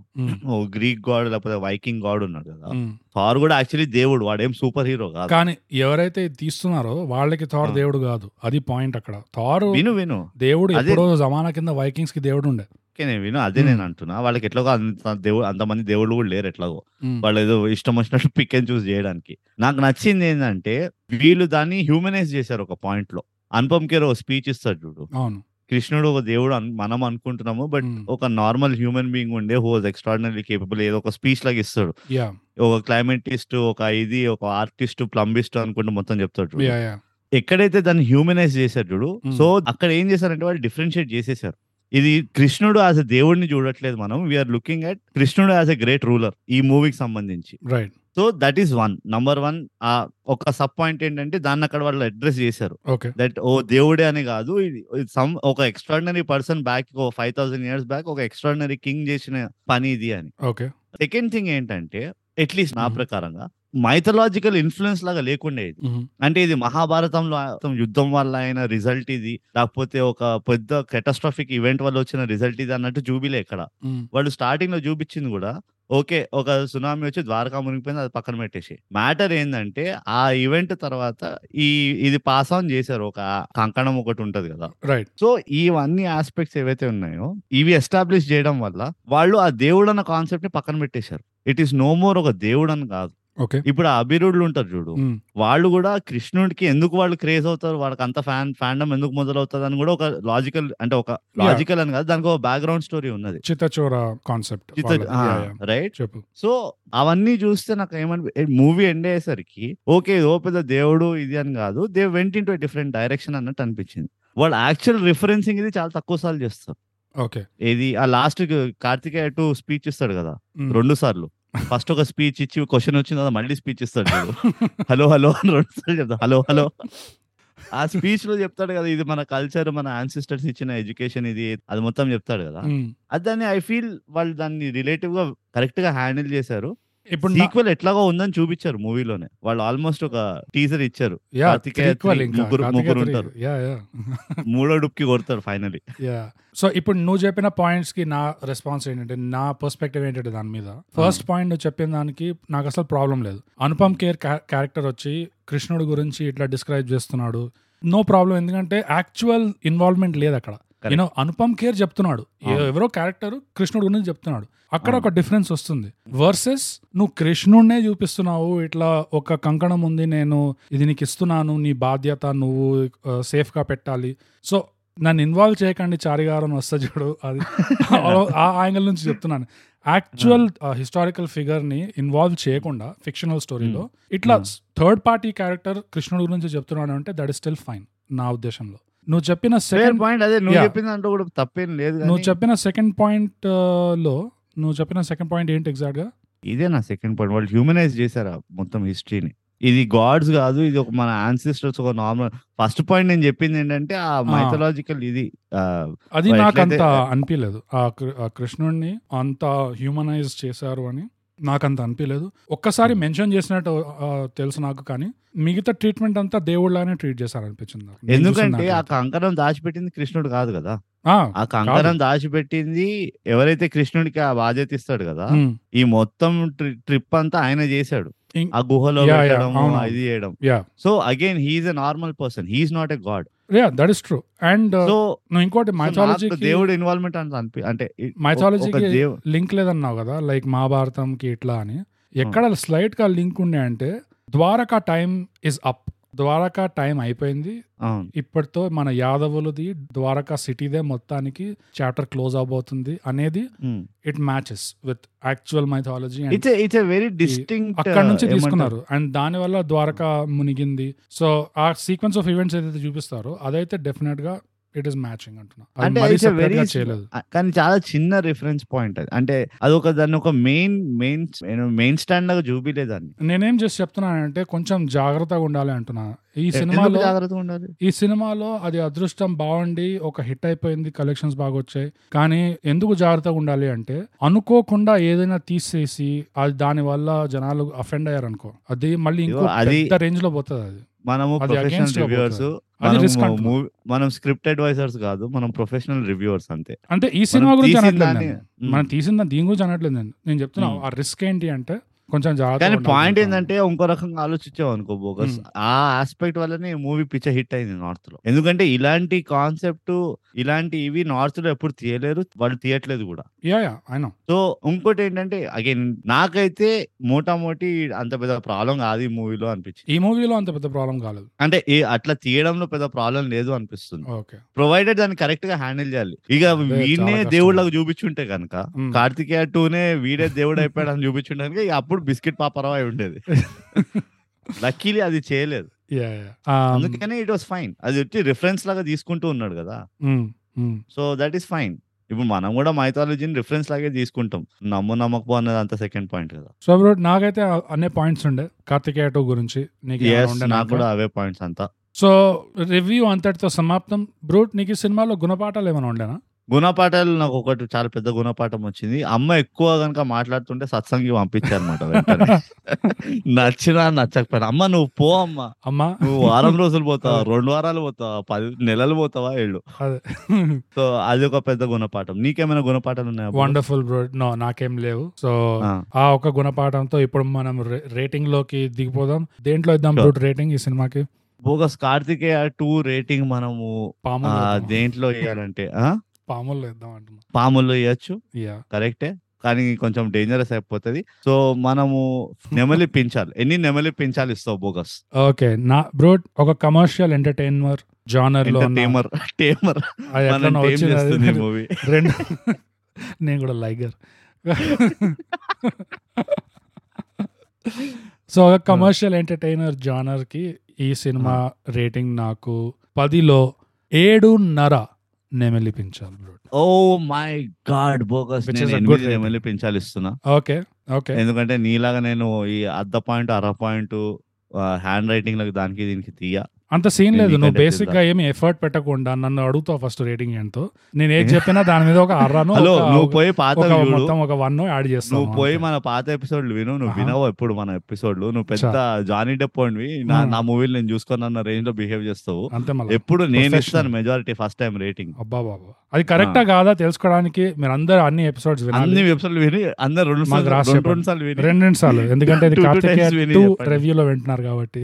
B: ఓ గ్రీక్ గాడ్ లేకపోతే వైకింగ్ గాడ్ ఉన్నాడు కదా థార్ కూడా యాక్చువల్లీ దేవుడు వాడేం సూపర్ హీరో కాదు
A: Hmm. కానీ ఎవరైతే ఇది తీస్తున్నారో వాళ్ళకి థార్
B: ఆ.
A: దేవుడు కాదు అది పాయింట్ అక్కడ థార్
B: Hmm. విను విను
A: దేవుడు
B: అదే-
A: ఎప్పుడో జమానా కింద వైకింగ్స్ కి దేవుడు ఉండే
B: ఓకే నేను విను అదే
A: Hmm.
B: నేను అంటున్నా వాళ్ళకి ఎట్లాగో అంత దేవుడు అంతమంది దేవుళ్ళు కూడా లేరు ఎట్లాగో
A: ఉమ్.
B: వాళ్ళు ఏదో ఇష్టం వచ్చినట్టు <laughs> పిక్ అండ్ చూస్ చేయడానికి నాకు నచ్చింది ఏంటంటే వీళ్ళు దాన్ని హ్యూమనైజ్ చేశారు ఒక పాయింట్ లో అనుపమ్ కేర్ ఒక స్పీచ్ ఇస్తాడు చూడు
A: అవును Hmm.
B: కృష్ణుడు ఒక దేవుడు అన్- మనం అనుకుంటున్నాము బట్
A: ఉమ్.
B: ఒక నార్మల్ హ్యూమన్ బీయింగ్ ఉండే హూ వాజ్ ఎక్స్ట్రాడినరీ కేపబుల్ ఏదో ఒక స్పీచ్ లాగా ఇస్తాడు
A: యా
B: ఒక క్లైమేటిస్ట్ ఒక ఇది ఒక ఆర్టిస్ట్ ప్లంబిస్ట్ అనుకుంటూ మొత్తం చెప్తాడు చూడు.
A: యా యా
B: ఎక్కడైతే దాన్ని హ్యూమనైజ్ చేశారు చూడు
A: Hmm.
B: సో అక్కడ ఏం చేశారంటే వాళ్ళు డిఫరెన్షియేట్ చేసేసారు ఇది కృష్ణుడు యాజ్ అ దేవుడిని చూడట్లేదు మనం వీఆర్ లుకింగ్ అట్ కృష్ణుడు యాజ్ అ గ్రేట్ రూలర్ ఈ మూవీకి సంబంధించి
A: right
B: so that is one number one ఆ ఒక సబ్ పాయింట్ ఏంటంటే దాన్ని అక్కడ వాళ్ళు అడ్రస్ చేశారు
A: ఓకే
B: దట్ ఓ దేవుడే అని కాదు ఇది సమ్ ఒక ఎక్స్ట్రాడినరీ పర్సన్ బ్యాక్ ఒక ఫైవ్ థౌసండ్ ఇయర్స్ బ్యాక్ ఒక ఎక్స్ట్రాడినరీ కింగ్ చేసిన పని ఇది అని
A: ఓకే
B: సెకండ్ థింగ్ ఏంటంటే అట్లీస్ట్ నా
A: Mhm.
B: ప్రకారంగా మైథలాజికల్ ఇన్ఫ్లుయెన్స్ లాగా లేకుండే ఇది
A: Hmm.
B: అంటే ఇది మహాభారతంలో ఆ- యుద్ధం వల్ల అయిన రిజల్ట్ ఇది లేకపోతే ఒక పెద్ద కెటాస్ట్రాఫిక్ ఈవెంట్ వల్ల వచ్చిన రిజల్ట్ ఇది అన్నట్టు చూపిలే ఇక్కడ
A: Hmm.
B: వాళ్ళు స్టార్టింగ్ లో చూపించింది కూడా ఓకే ఒక సునామీ వచ్చి ద్వారకా మునిగిపోయింది అది పక్కన పెట్టేసి మ్యాటర్ ఏంటంటే ఆ ఈవెంట్ తర్వాత ఈ ఇది పాస్ ఆన్ చేశారు ఒక కంకణం ఒకటి ఉంటది కదా
A: రైట్
B: సో ఇవన్నీ ఆస్పెక్ట్స్ ఏవైతే ఉన్నాయో ఇవి ఎస్టాబ్లిష్ చేయడం వల్ల వాళ్ళు ఆ దేవుడు అన్న కాన్సెప్ట్ ని పక్కన పెట్టేశారు ఇట్ ఈస్ నో మోర్ ఒక దేవుడు అని కాదు
A: ఓకే
B: ఇప్పుడు ఆ అభిరుడులు ఉంటారు చూడు
A: Mm.
B: వాళ్ళు కూడా కృష్ణుడికి ఎందుకు వాళ్ళు క్రేజ్ అవుతారు వాళ్ళకి అంత ఫ్యాన్ ఫ్యాండమ్ ఎందుకు మొదలవుతుంది అని కూడా ఒక లాజికల్ అంటే ఒక లాజికల్ అని కాదు దానికి ఒక బ్యాక్గ్రౌండ్ స్టోరీ ఉన్నది
A: చిత్తచోర కాన్సెప్ట్
B: ah. రైట్
A: చెప్పు
B: సో అవన్నీ చూస్తే నాకు ఏమని మూవీ ఎండ్ అయ్యేసరికి ఓకే ఓ పెద్ద దేవుడు ఇది అని కాదు they went into different direction అన్నట్టు అనిపించింది వాళ్ళు యాక్చువల్ రిఫరెన్సింగ్ ఇది చాలా తక్కువ సార్లు చేస్తారు
A: ఓకే
B: ఇది ఆ లాస్ట్ కార్తికేయ టూ స్పీచ్ ఇస్తాడు కదా
A: Mm. <laughs>
B: రెండు సార్లు ఫస్ట్ ఒక స్పీచ్ ఇచ్చి క్వశ్చన్ వచ్చింది కదా మళ్ళీ స్పీచ్ ఇస్తాడు చూడు. హలో హలో అని రెండు సార్లు చెప్తాడు హలో హలో ఆ స్పీచ్ లో చెప్తాడు కదా ఇది మన కల్చర్ మన ఆన్సిస్టర్స్ ఇచ్చిన ఎడ్యుకేషన్ ఇది అది మొత్తం చెప్తాడు కదా
A: Mm.
B: అది దాన్ని ఐ ఫీల్ వాళ్ళు దాన్ని రిలేటివ్ గా కరెక్ట్ గా హ్యాండిల్ చేశారు
A: ఇప్పుడు నా-
B: సీక్వెల్ ఎట్లాగో ఉందని చూపించారు మూవీలోనే వాళ్ళు ఆల్మోస్ట్ ఒక టీజర్ ఇచ్చారు
A: యా
B: కార్తికేయ
A: equal
B: three,
A: ఇంకా,
B: ముగ్గురు-
A: కార్తికేయ
B: ముగ్గురు
A: three.
B: ఉంటారు.
A: యా యా <laughs>
B: మూడో డుప్కి కొడతారు ఫైనలీ
A: యా సో ఇప్పుడు నువ్వు చెప్పిన పాయింట్స్ కి నా రెస్పాన్స్ ఏంటంటే నా పర్స్పెక్టివ్ ఏంటంటే దాని మీద ఫస్ట్ పాయింట్ నువ్వు చెప్పిన దానికి నాకు అసలు ప్రాబ్లం లేదు అనుపమ్ కేర్ క్యారెక్టర్ వచ్చి కృష్ణుడు గురించి ఇట్లా డిస్క్రైబ్ చేస్తున్నాడు నో ప్రాబ్లం ఎందుకంటే యాక్చువల్ ఇన్వాల్వ్మెంట్ లేదు అక్కడ
B: Correct.
A: యూనో అనుపమ్ కేర్ చెప్తున్నాడు ఏ-
B: అవును.
A: ఎవరో క్యారెక్టర్ కృష్ణుడు గురించి చెప్తున్నాడు అక్కడ
B: అవును.
A: ఒక డిఫరెన్స్ వస్తుంది వర్సెస్ నువ్వు కృష్ణుడినే చూపిస్తున్నావు ఇట్లా ఒక కంకణం ఉంది నేను ఇది నీకు ఇస్తున్నాను నీ బాధ్యత నువ్వు సేఫ్ గా పెట్టాలి సో నన్ను ఇన్వాల్వ్ చేయకండి చారిగారం వస్తా చూడు అది ఆ- ఆ యాంగిల్ నుంచి చెప్తున్నాను యాక్చువల్
B: Hmm.
A: హిస్టారికల్ ఫిగర్ ని ఇన్వాల్వ్ చేయకుండా ఫిక్షనల్ స్టోరీలో ఇట్లా
B: Hmm.
A: థర్డ్ పార్టీ క్యారెక్టర్ కృష్ణుడు గురించి చెప్తున్నాడు అంటే దట్ ఇస్ స్టిల్ ఫైన్ నా ఉద్దేశంలో నువ్వు చెప్పిన
B: ఫేర్
A: సెకండ్
B: పాయింట్ అదే నువ్వు
A: Yeah.
B: చెప్పిన దాంట్లో కూడా తప్పేం లేదు
A: నువ్వు
B: కానీ
A: చెప్పిన సెకండ్ పాయింట్ లో నువ్వు చెప్పిన సెకండ్ పాయింట్ ఏంటి ఎగ్జాక్ట్ గా
B: ఇదే నా సెకండ్ పాయింట్ వాళ్ళు హ్యూమనైజ్ చేశారు ఆ మొత్తం హిస్టరీని ఇది గాడ్స్ కాదు ఇది ఒక మన ఆన్సిస్టర్స్ ఒక నార్మల్ ఫస్ట్ పాయింట్ నేను చెప్పింది ఏంటంటే ఆ
A: Ah.
B: మైథలాజికల్ ఇది ఆ,
A: అది
B: Well,
A: నాకు అంత
B: ఎట్లయితే-
A: అనిపించలేదు ఆ కృ- ఆ కృష్ణుడిని అంత హ్యూమనైజ్ చేశారు అని నాకు అంత అనిపించలేదు ఒక్కసారి
B: Hmm.
A: మెన్షన్ చేసినట్టు ఆ, తెలుసు నాకు కానీ మిగతా ట్రీట్మెంట్ అంతా దేవుళ్ళనే ట్రీట్ చేశారు అనిపించింది నాకు. నేను
B: ఎందుకంటే
A: చూసిన
B: ఆ
A: దాంట్లో.
B: కంకణం దాచిపెట్టింది కృష్ణుడు కాదు కదా
A: ఆ,
B: ఆ కంకణం దాచిపెట్టింది ఎవరైతే కృష్ణుడికి ఆ బాధ్యత ఇస్తాడు కదా
A: ఉమ్,
B: ఈ మొత్తం ట్రి- ట్రిప్ అంతా ఆయన చేశాడు
A: ఇం-
B: ఆ గుహలో
A: Yeah, yeah,
B: పెట్టడం
A: అవును.
B: ఇది చేయడం
A: Yeah.
B: So again he's a normal person he's not a god
A: yeah that is true and
B: so
A: నువ్వు ఇంకోటి మైథాలజీ
B: దేవుడు ఇన్వాల్వ్మెంట్ అంటే అనిపి అంటే ఇ-
A: Mythology
B: ఒక
A: కి-
B: దేవ్-
A: లింక్ లేదన్నావు కదా లైక్ మహాభారతంకి ఇట్లా అని
B: Hmm.
A: ఎక్కడ స్లైట్ గా లింక్ ఉండే అంటే Dwaraka time is up Dwaraka time అయిపోయింది
B: అవును
A: ఇప్పటితో మన యాదవులది ద్వారకా సిటీదే మొత్తానికి చాప్టర్ క్లోజ్ అవబోతుంది అనేది
B: um.
A: It matches with actual mythology
B: it's it's a very distinct
A: అక్కడ నుంచి తీసుకున్నారు అండ్ దాని వల్ల ద్వారకా మునిగింది సో ఆ సీక్వెన్స్ ఆఫ్ ఈవెంట్స్ ఏదైతే చూపిస్తారో అదైతే డెఫినెట్ గా ఇట్ ఈస్ మ్యాచింగ్ అంటున్నా
B: అంటే
A: అది మరీ
B: it's a
A: separate
B: very
A: గా
B: small-
A: చేయలేదు
B: ఆ, కానీ చాలా చిన్న రిఫరెన్స్ పాయింట్ అది అంటే అదొక దాన్ని ఒక మెయిన్ మెయిన్ మెయిన్ స్టాండ్ లాగా చూపిలేదు దాన్ని
A: నేనేం చేసి చెప్తున్నానంటే కొంచెం జాగ్రత్తగా ఉండాలి అంటున్నా ఈ
B: ఎందుకు
A: సినిమాలో
B: జాగ్రత్తగా ఉండాలి
A: ఈ సినిమాలో అది అదృష్టం బాగుండి ఒక హిట్ అయిపోయింది కలెక్షన్స్ బాగా వచ్చాయి కానీ ఎందుకు జాగ్రత్తగా ఉండాలి అంటే అనుకోకుండా ఏదైనా తీసేసి అది దాని వల్ల జనాలు అఫెండ్ అయ్యారు అనుకో అది మళ్ళీ ఇంకో
B: ఇదిగో అది-
A: పెద్ద రేంజ్ లో పోతుంది అది
B: మనము
A: అది
B: ప్రొఫెషనల్
A: against లో
B: రివ్యూవర్స్
A: అది
B: మనం
A: risk అంటున్నా.
B: మూవీ మనం స్క్రిప్ట్ అడ్వైజర్స్ కాదు మనం ప్రొఫెషనల్ రివ్యూవర్స్ అంతే
A: అంటే ఈ సినిమా
B: మనం
A: గురించి
B: తీసిన
A: అనట్లేదు
B: దాన్ని-
A: నేను.
B: మ్మ్.
A: మనం తీసిన దాన్ని దీని గురించి అనట్లేదు నేను నేను చెప్తున్నా
B: మ్మ్.
A: ఆ రిస్క్ ఏంటి అంటే కొంచెం జాగ్రత్తగా
B: కానీ
A: ఉండాలి
B: పాయింట్
A: అంటున్నా.
B: ఏంటంటే ఇంకో రకంగా ఆలోచించావు అనుకో బోకస్
A: Hmm.
B: ఆ ఆస్పెక్ట్ వల్లనే మూవీ పిచ్చ హిట్ అయింది నార్త్ లో ఎందుకంటే ఇలాంటి కాన్సెప్ట్ ఇలాంటి ఇవి నార్త్ లో ఎప్పుడు తీయలేరు వాళ్ళు తీయట్లేదు కూడా
A: yeah yeah I know
B: so ఇంకోటి ఏంటంటే అగైన్ నాకైతే మోటామోటి అంత పెద్ద ప్రాబ్లం కాదు ఈ మూవీలో అనిపించింది
A: ఈ మూవీలో అంత పెద్ద ప్రాబ్లం కాలేదు
B: అంటే ఈ అట్లా తీయడంలో పెద్ద ప్రాబ్లం లేదు అనిపిస్తుంది
A: ఓకే
B: ప్రొవైడెడ్ దాన్ని కరెక్ట్ గా హ్యాండిల్ చేయాలి ఇక
A: అదే
B: వీడినే
A: చాలా కష్టం.
B: దేవుళ్ళకు చూపించుంటే కనుక
A: మ్మ్.
B: కార్తికేయ టూనే వీడే దేవుడు అయిపోయాడు
A: <laughs>
B: అని చూపించుంటే కనుక ఇక అప్పుడు బిస్కెట్ పాపరావు అయి ఉండేది లక్కీలీ అది చేయలేదు
A: యా యా
B: అందుకనే ఇట్ వాస్ ఫైన్ అది వచ్చి రిఫరెన్స్ లాగా తీసుకుంటూ ఉన్నాడు కదా సో దట్ ఈస్ ఫైన్ ఇప్పుడు మనం కూడా మైథాలజీని రిఫరెన్స్ లాగే తీసుకుంటాం నమ్ము నమ్మకపో అన్నది అంత సెకండ్ పాయింట్ కదా
A: సో బ్రో నాకైతే ఆ- అన్ని పాయింట్స్ ఉండే కార్తికేయ టూ గురించి నీకు ఏమైనా
B: Yes,
A: ఉండే
B: నాకు
A: నాకు?
B: కూడా అవే పాయింట్స్ అంతా
A: సో రివ్యూ అంతటితో సమాప్తం బ్రూట్ నీకు ఈ సినిమాలో గుణపాఠాలు ఏమైనా ఉండేనా
B: గుణపాఠాలు నాకు ఒకటి చాలా పెద్ద గుణపాఠం వచ్చింది అమ్మ ఎక్కువ గనక మాట్లాడుతుంటే సత్సంగి పంపించారనమాట వెంటనే. నచ్చినా నచ్చకపోయినా అమ్మ నువ్వు పో అమ్మ
A: అమ్మా
B: నువ్వు వారం రోజులు పోతావా రెండు వారాలు పోతావా పది నెలలు పోతావా ఏళ్ళు
A: అదే
B: సో అది ఒక పెద్ద గుణపాఠం నీకేమైనా గుణపాఠాలు ఉన్నాయా బుజ్జి?
A: వండర్ఫుల్ బ్రో నో నాకేం లేవు సో
B: ఆ,
A: ఆ ఒక గుణపాఠంతో ఇప్పుడు మనం రేటింగ్ లోకి దిగిపోదాం దేంట్లో ఇద్దాం
B: Sure.
A: బ్రూట్ రేటింగ్ ఈ సినిమాకి
B: బోగస్ కార్తికేయ టూ రేటింగ్ మనము ఆ,
A: పాములు వేద్దామా?
B: దేంట్లో వేయాలంటే ఆ?
A: పాములు ఇద్దాం అంటున్నా
B: పాముల్లో వేయచ్చు
A: యా
B: కరెక్టే కానీ కొంచెం డేంజరస్ అయిపోతది సో మనము నెమలి పించాలి ఎన్ని నెమలి పించాలి ఇస్తావు బోగస్
A: ఓకే నా బ్రూట్ ఒక కమర్షియల్ ఎంటర్టైనర్ జానర్ లో ఉన్న-
B: టేమర్ టేమర్
A: అది ఎట్లనో వచ్చింది అది
B: చేస్తుంది
A: <laughs>
B: మూవీ
A: రెండు నేను కూడా లైగర్ సో ఒక కమర్షియల్ ఎంటర్టైనర్ జానర్ కి ఈ సినిమా రేటింగ్ నాకు పదిలో ఏడున్నర నెమెలిపించాలి bro
B: oh my god bogus
A: Which
B: నేను
A: is a good
B: ఎనిమిది
A: rating.
B: నెమలి పించాలి ఇస్తున్నా
A: ఓకే ఓకే
B: ఎందుకంటే నీలాగా నేను ఈ అర్ధ పాయింట్ అర పాయింట్ హ్యాండ్ రైటింగ్ లకు దానికి దీనికి తీయ
A: అంత సీన్ లేదు నువ్వు
B: ఎందుకంటే
A: బేసిక్ గా ఏమి ఎఫర్ట్ పెట్టకుండా నన్ను అడుగుతావు ఫస్ట్ రేటింగ్ ఎంతో నేను ఏది
B: <laughs>
A: చెప్పినా దాని మీద ఒక అర్రాను
B: హలో
A: ఒక-
B: నువ్వు పోయి పాత
A: ఒక
B: చూడు.
A: మొత్తం ఒక వన్ యాడ్
B: నువ్వు పోయి
A: చేస్తావు
B: మన పాత ఎపిసోడ్లు విను నువ్వు
A: ఆహా.
B: వినవు ఎప్పుడు మన ఎపిసోడ్లు నువ్వు పెద్ద జానీ డెప్ అనివి, నా
A: ఆ.
B: నా మూవీలు నేను చూసుకున్నా అన్న రేంజ్ లో బిహేవ్ చేస్తావు
A: అంతే మళ్ళీ
B: ఎప్పుడు నేను
A: Professional.
B: ఇస్తాను మెజారిటీ ఫస్ట్ టైం రేటింగ్
A: అబ్బా బాబా అది కరెక్టా కాదా తెలుసుకోవడానికి మీరు అందరు అన్ని ఎపిసోడ్స్ వినాలి
B: అన్ని వెబ్సైట్లు విని అందరు రెండు
A: మాకు
B: సార్లు
A: రాసి
B: రెండు
A: చెప్పండి.
B: రెండు సార్లు విని
A: రెండు రెండు సార్లు ఎందుకంటే ఇది
B: Two- two
A: కార్తికేయ
B: times విని
A: టూ
B: చెప్పండి.
A: రివ్యూలో వింటున్నారు కాబట్టి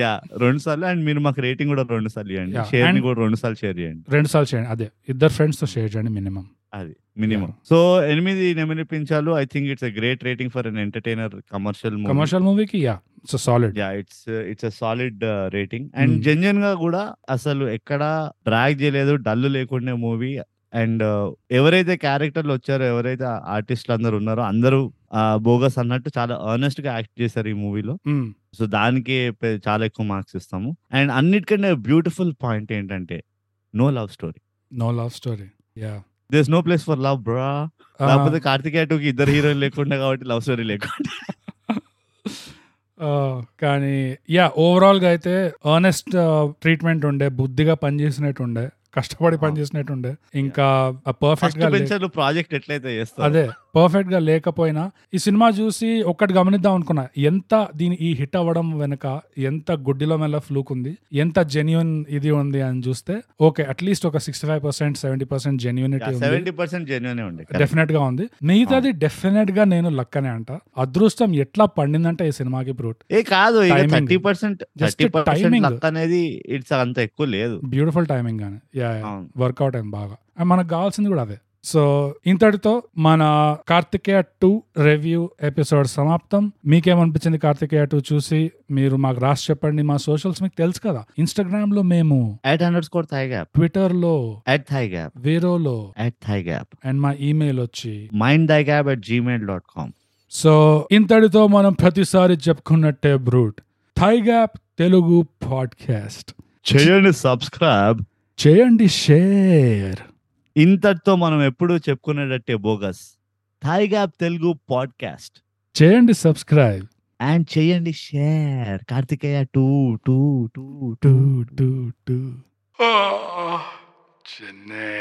B: యా రెండు సార్లు అండ్ మీరు మాకు రేటింగ్ కూడా రెండు సార్లు ఇవ్వండి
A: Yeah.
B: షేర్ ని
A: And-
B: కూడా రెండు సార్లు షేర్ చేయండి
A: రెండు సార్లు చేయండి అదే ఇద్దరు ఫ్రెండ్స్ తో షేర్ చేయండి మినిమం
B: అది మినిమం సో ఎనిమిది ఎనిమిది పెంచాలు I think it's great rating for an entertainer commercial
A: commercial మూవీకి yeah it's solid
B: yeah it's it's a solid rating and
A: Hmm.
B: Genuine గా కూడా అసలు ఎక్కడ డ్రాగ్ చేయలేదు డల్ లేకుండా మూవీ అండ్ uh, ఎవరైతే క్యారెక్టర్లు వచ్చారో ఎవరైతే ఆర్టిస్టులు అందరు ఉన్నారో అందరూ బోగస్ అన్నట్టు చాలా ఆనెస్ట్ గా యాక్ట్ చేశారు ఈ మూవీలో
A: Hmm,
B: సో దానికి పె- చాలా ఎక్కువ మార్క్స్ ఇస్తాము అండ్ అన్నిటికంటే బ్యూటిఫుల్ పాయింట్ ఏంటంటే no love story
A: no love story yeah
B: this no place for love bro
A: Uh,
B: కాకపోతే కార్తికేయ టూకి ఇద్దరు హీరోలు లేకుండా కాబట్టి లవ్ స్టోరీ లేకుండా
A: uh, కానీ యా ఓవరాల్ గా అయితే ఆనెస్ట్ ట్రీట్మెంట్ ఉండే బుద్ధిగా పనిచేసినట్టు ఉండే కష్టపడి
B: Ah.
A: పనిచేసినట్టు ఉండే ఇంకా పర్ఫెక్ట్
B: ఫస్ట్
A: గా లే-
B: పెంచర్లు ప్రాజెక్ట్ ఎట్లయితే చేస్తారు
A: అదే పర్ఫెక్ట్ గా లేకపోయినా ఈ సినిమా చూసి ఒక్కటి గమనిద్దాం అనుకున్నా ఎంత దీని ఈ హిట్ అవ్వడం వెనుక ఎంత గుడ్డిలో మెల్ల ఫ్లూక్ ఉంది ఎంత జెన్యున్ ఇది ఉంది అని చూస్తే ఓకే అట్లీస్ట్ ఒక sixty five percent seventy percent genuinity ఉంది
B: సెవెంటీ పర్సెంట్ జెన్యున్ ఉండే
A: డెఫినెట్ గా ఉంది మిగతాది డెఫినెట్ గా నేను లక్కనే అంట అదృష్టం ఎట్లా పండిందంటే ఈ సినిమాకి బ్రూట్
B: ఏ కాదు ఇక
A: Timing.
B: Thirty percent
A: Just
B: thirty percent
A: timing.
B: Luck అనేది ఇట్స్ అంత ఎక్కువ లేదు
A: బ్యూటిఫుల్ టైమింగ్ గానే యా
B: అవును.
A: వర్కౌట్ అయింది బాగా అండ్ మనకు కావాల్సింది కూడా అదే సో ఇంతటితో మన కార్తికేయ టూ రివ్యూ ఎపిసోడ్ సమాప్తం మీకేమనిపించింది కార్తికేయ టూ చూసి మీరు మాకు రాసి చెప్పండి మా సోషల్స్ మీకు తెలుసు కదా ఇన్స్టాగ్రామ్ లో మేము
B: eight hundred score thigh gap
A: Twitter లో
B: ఎట్ థై గ్యాప్
A: వేరోలో
B: ఎట్ థై గ్యాప్
A: అండ్ మా ఈమెయిల్ వచ్చి
B: mind thigh gap at Gmail dot com
A: so ఇంతటితో మనం ప్రతిసారి చెప్పుకున్నట్టే brute thigh gap Telugu podcast
B: చేయండి సబ్స్క్రైబ్
A: చేయండి షేర్
B: ఇంతటితో మనం ఎప్పుడు చెప్పుకునేటట్టే బోగస్ థాయిగ్యాప్ తెలుగు పాడ్కాస్ట్
A: చేయండి సబ్స్క్రైబ్
B: అండ్ చేయండి share Karthikeya two two two two
A: two two two Chennai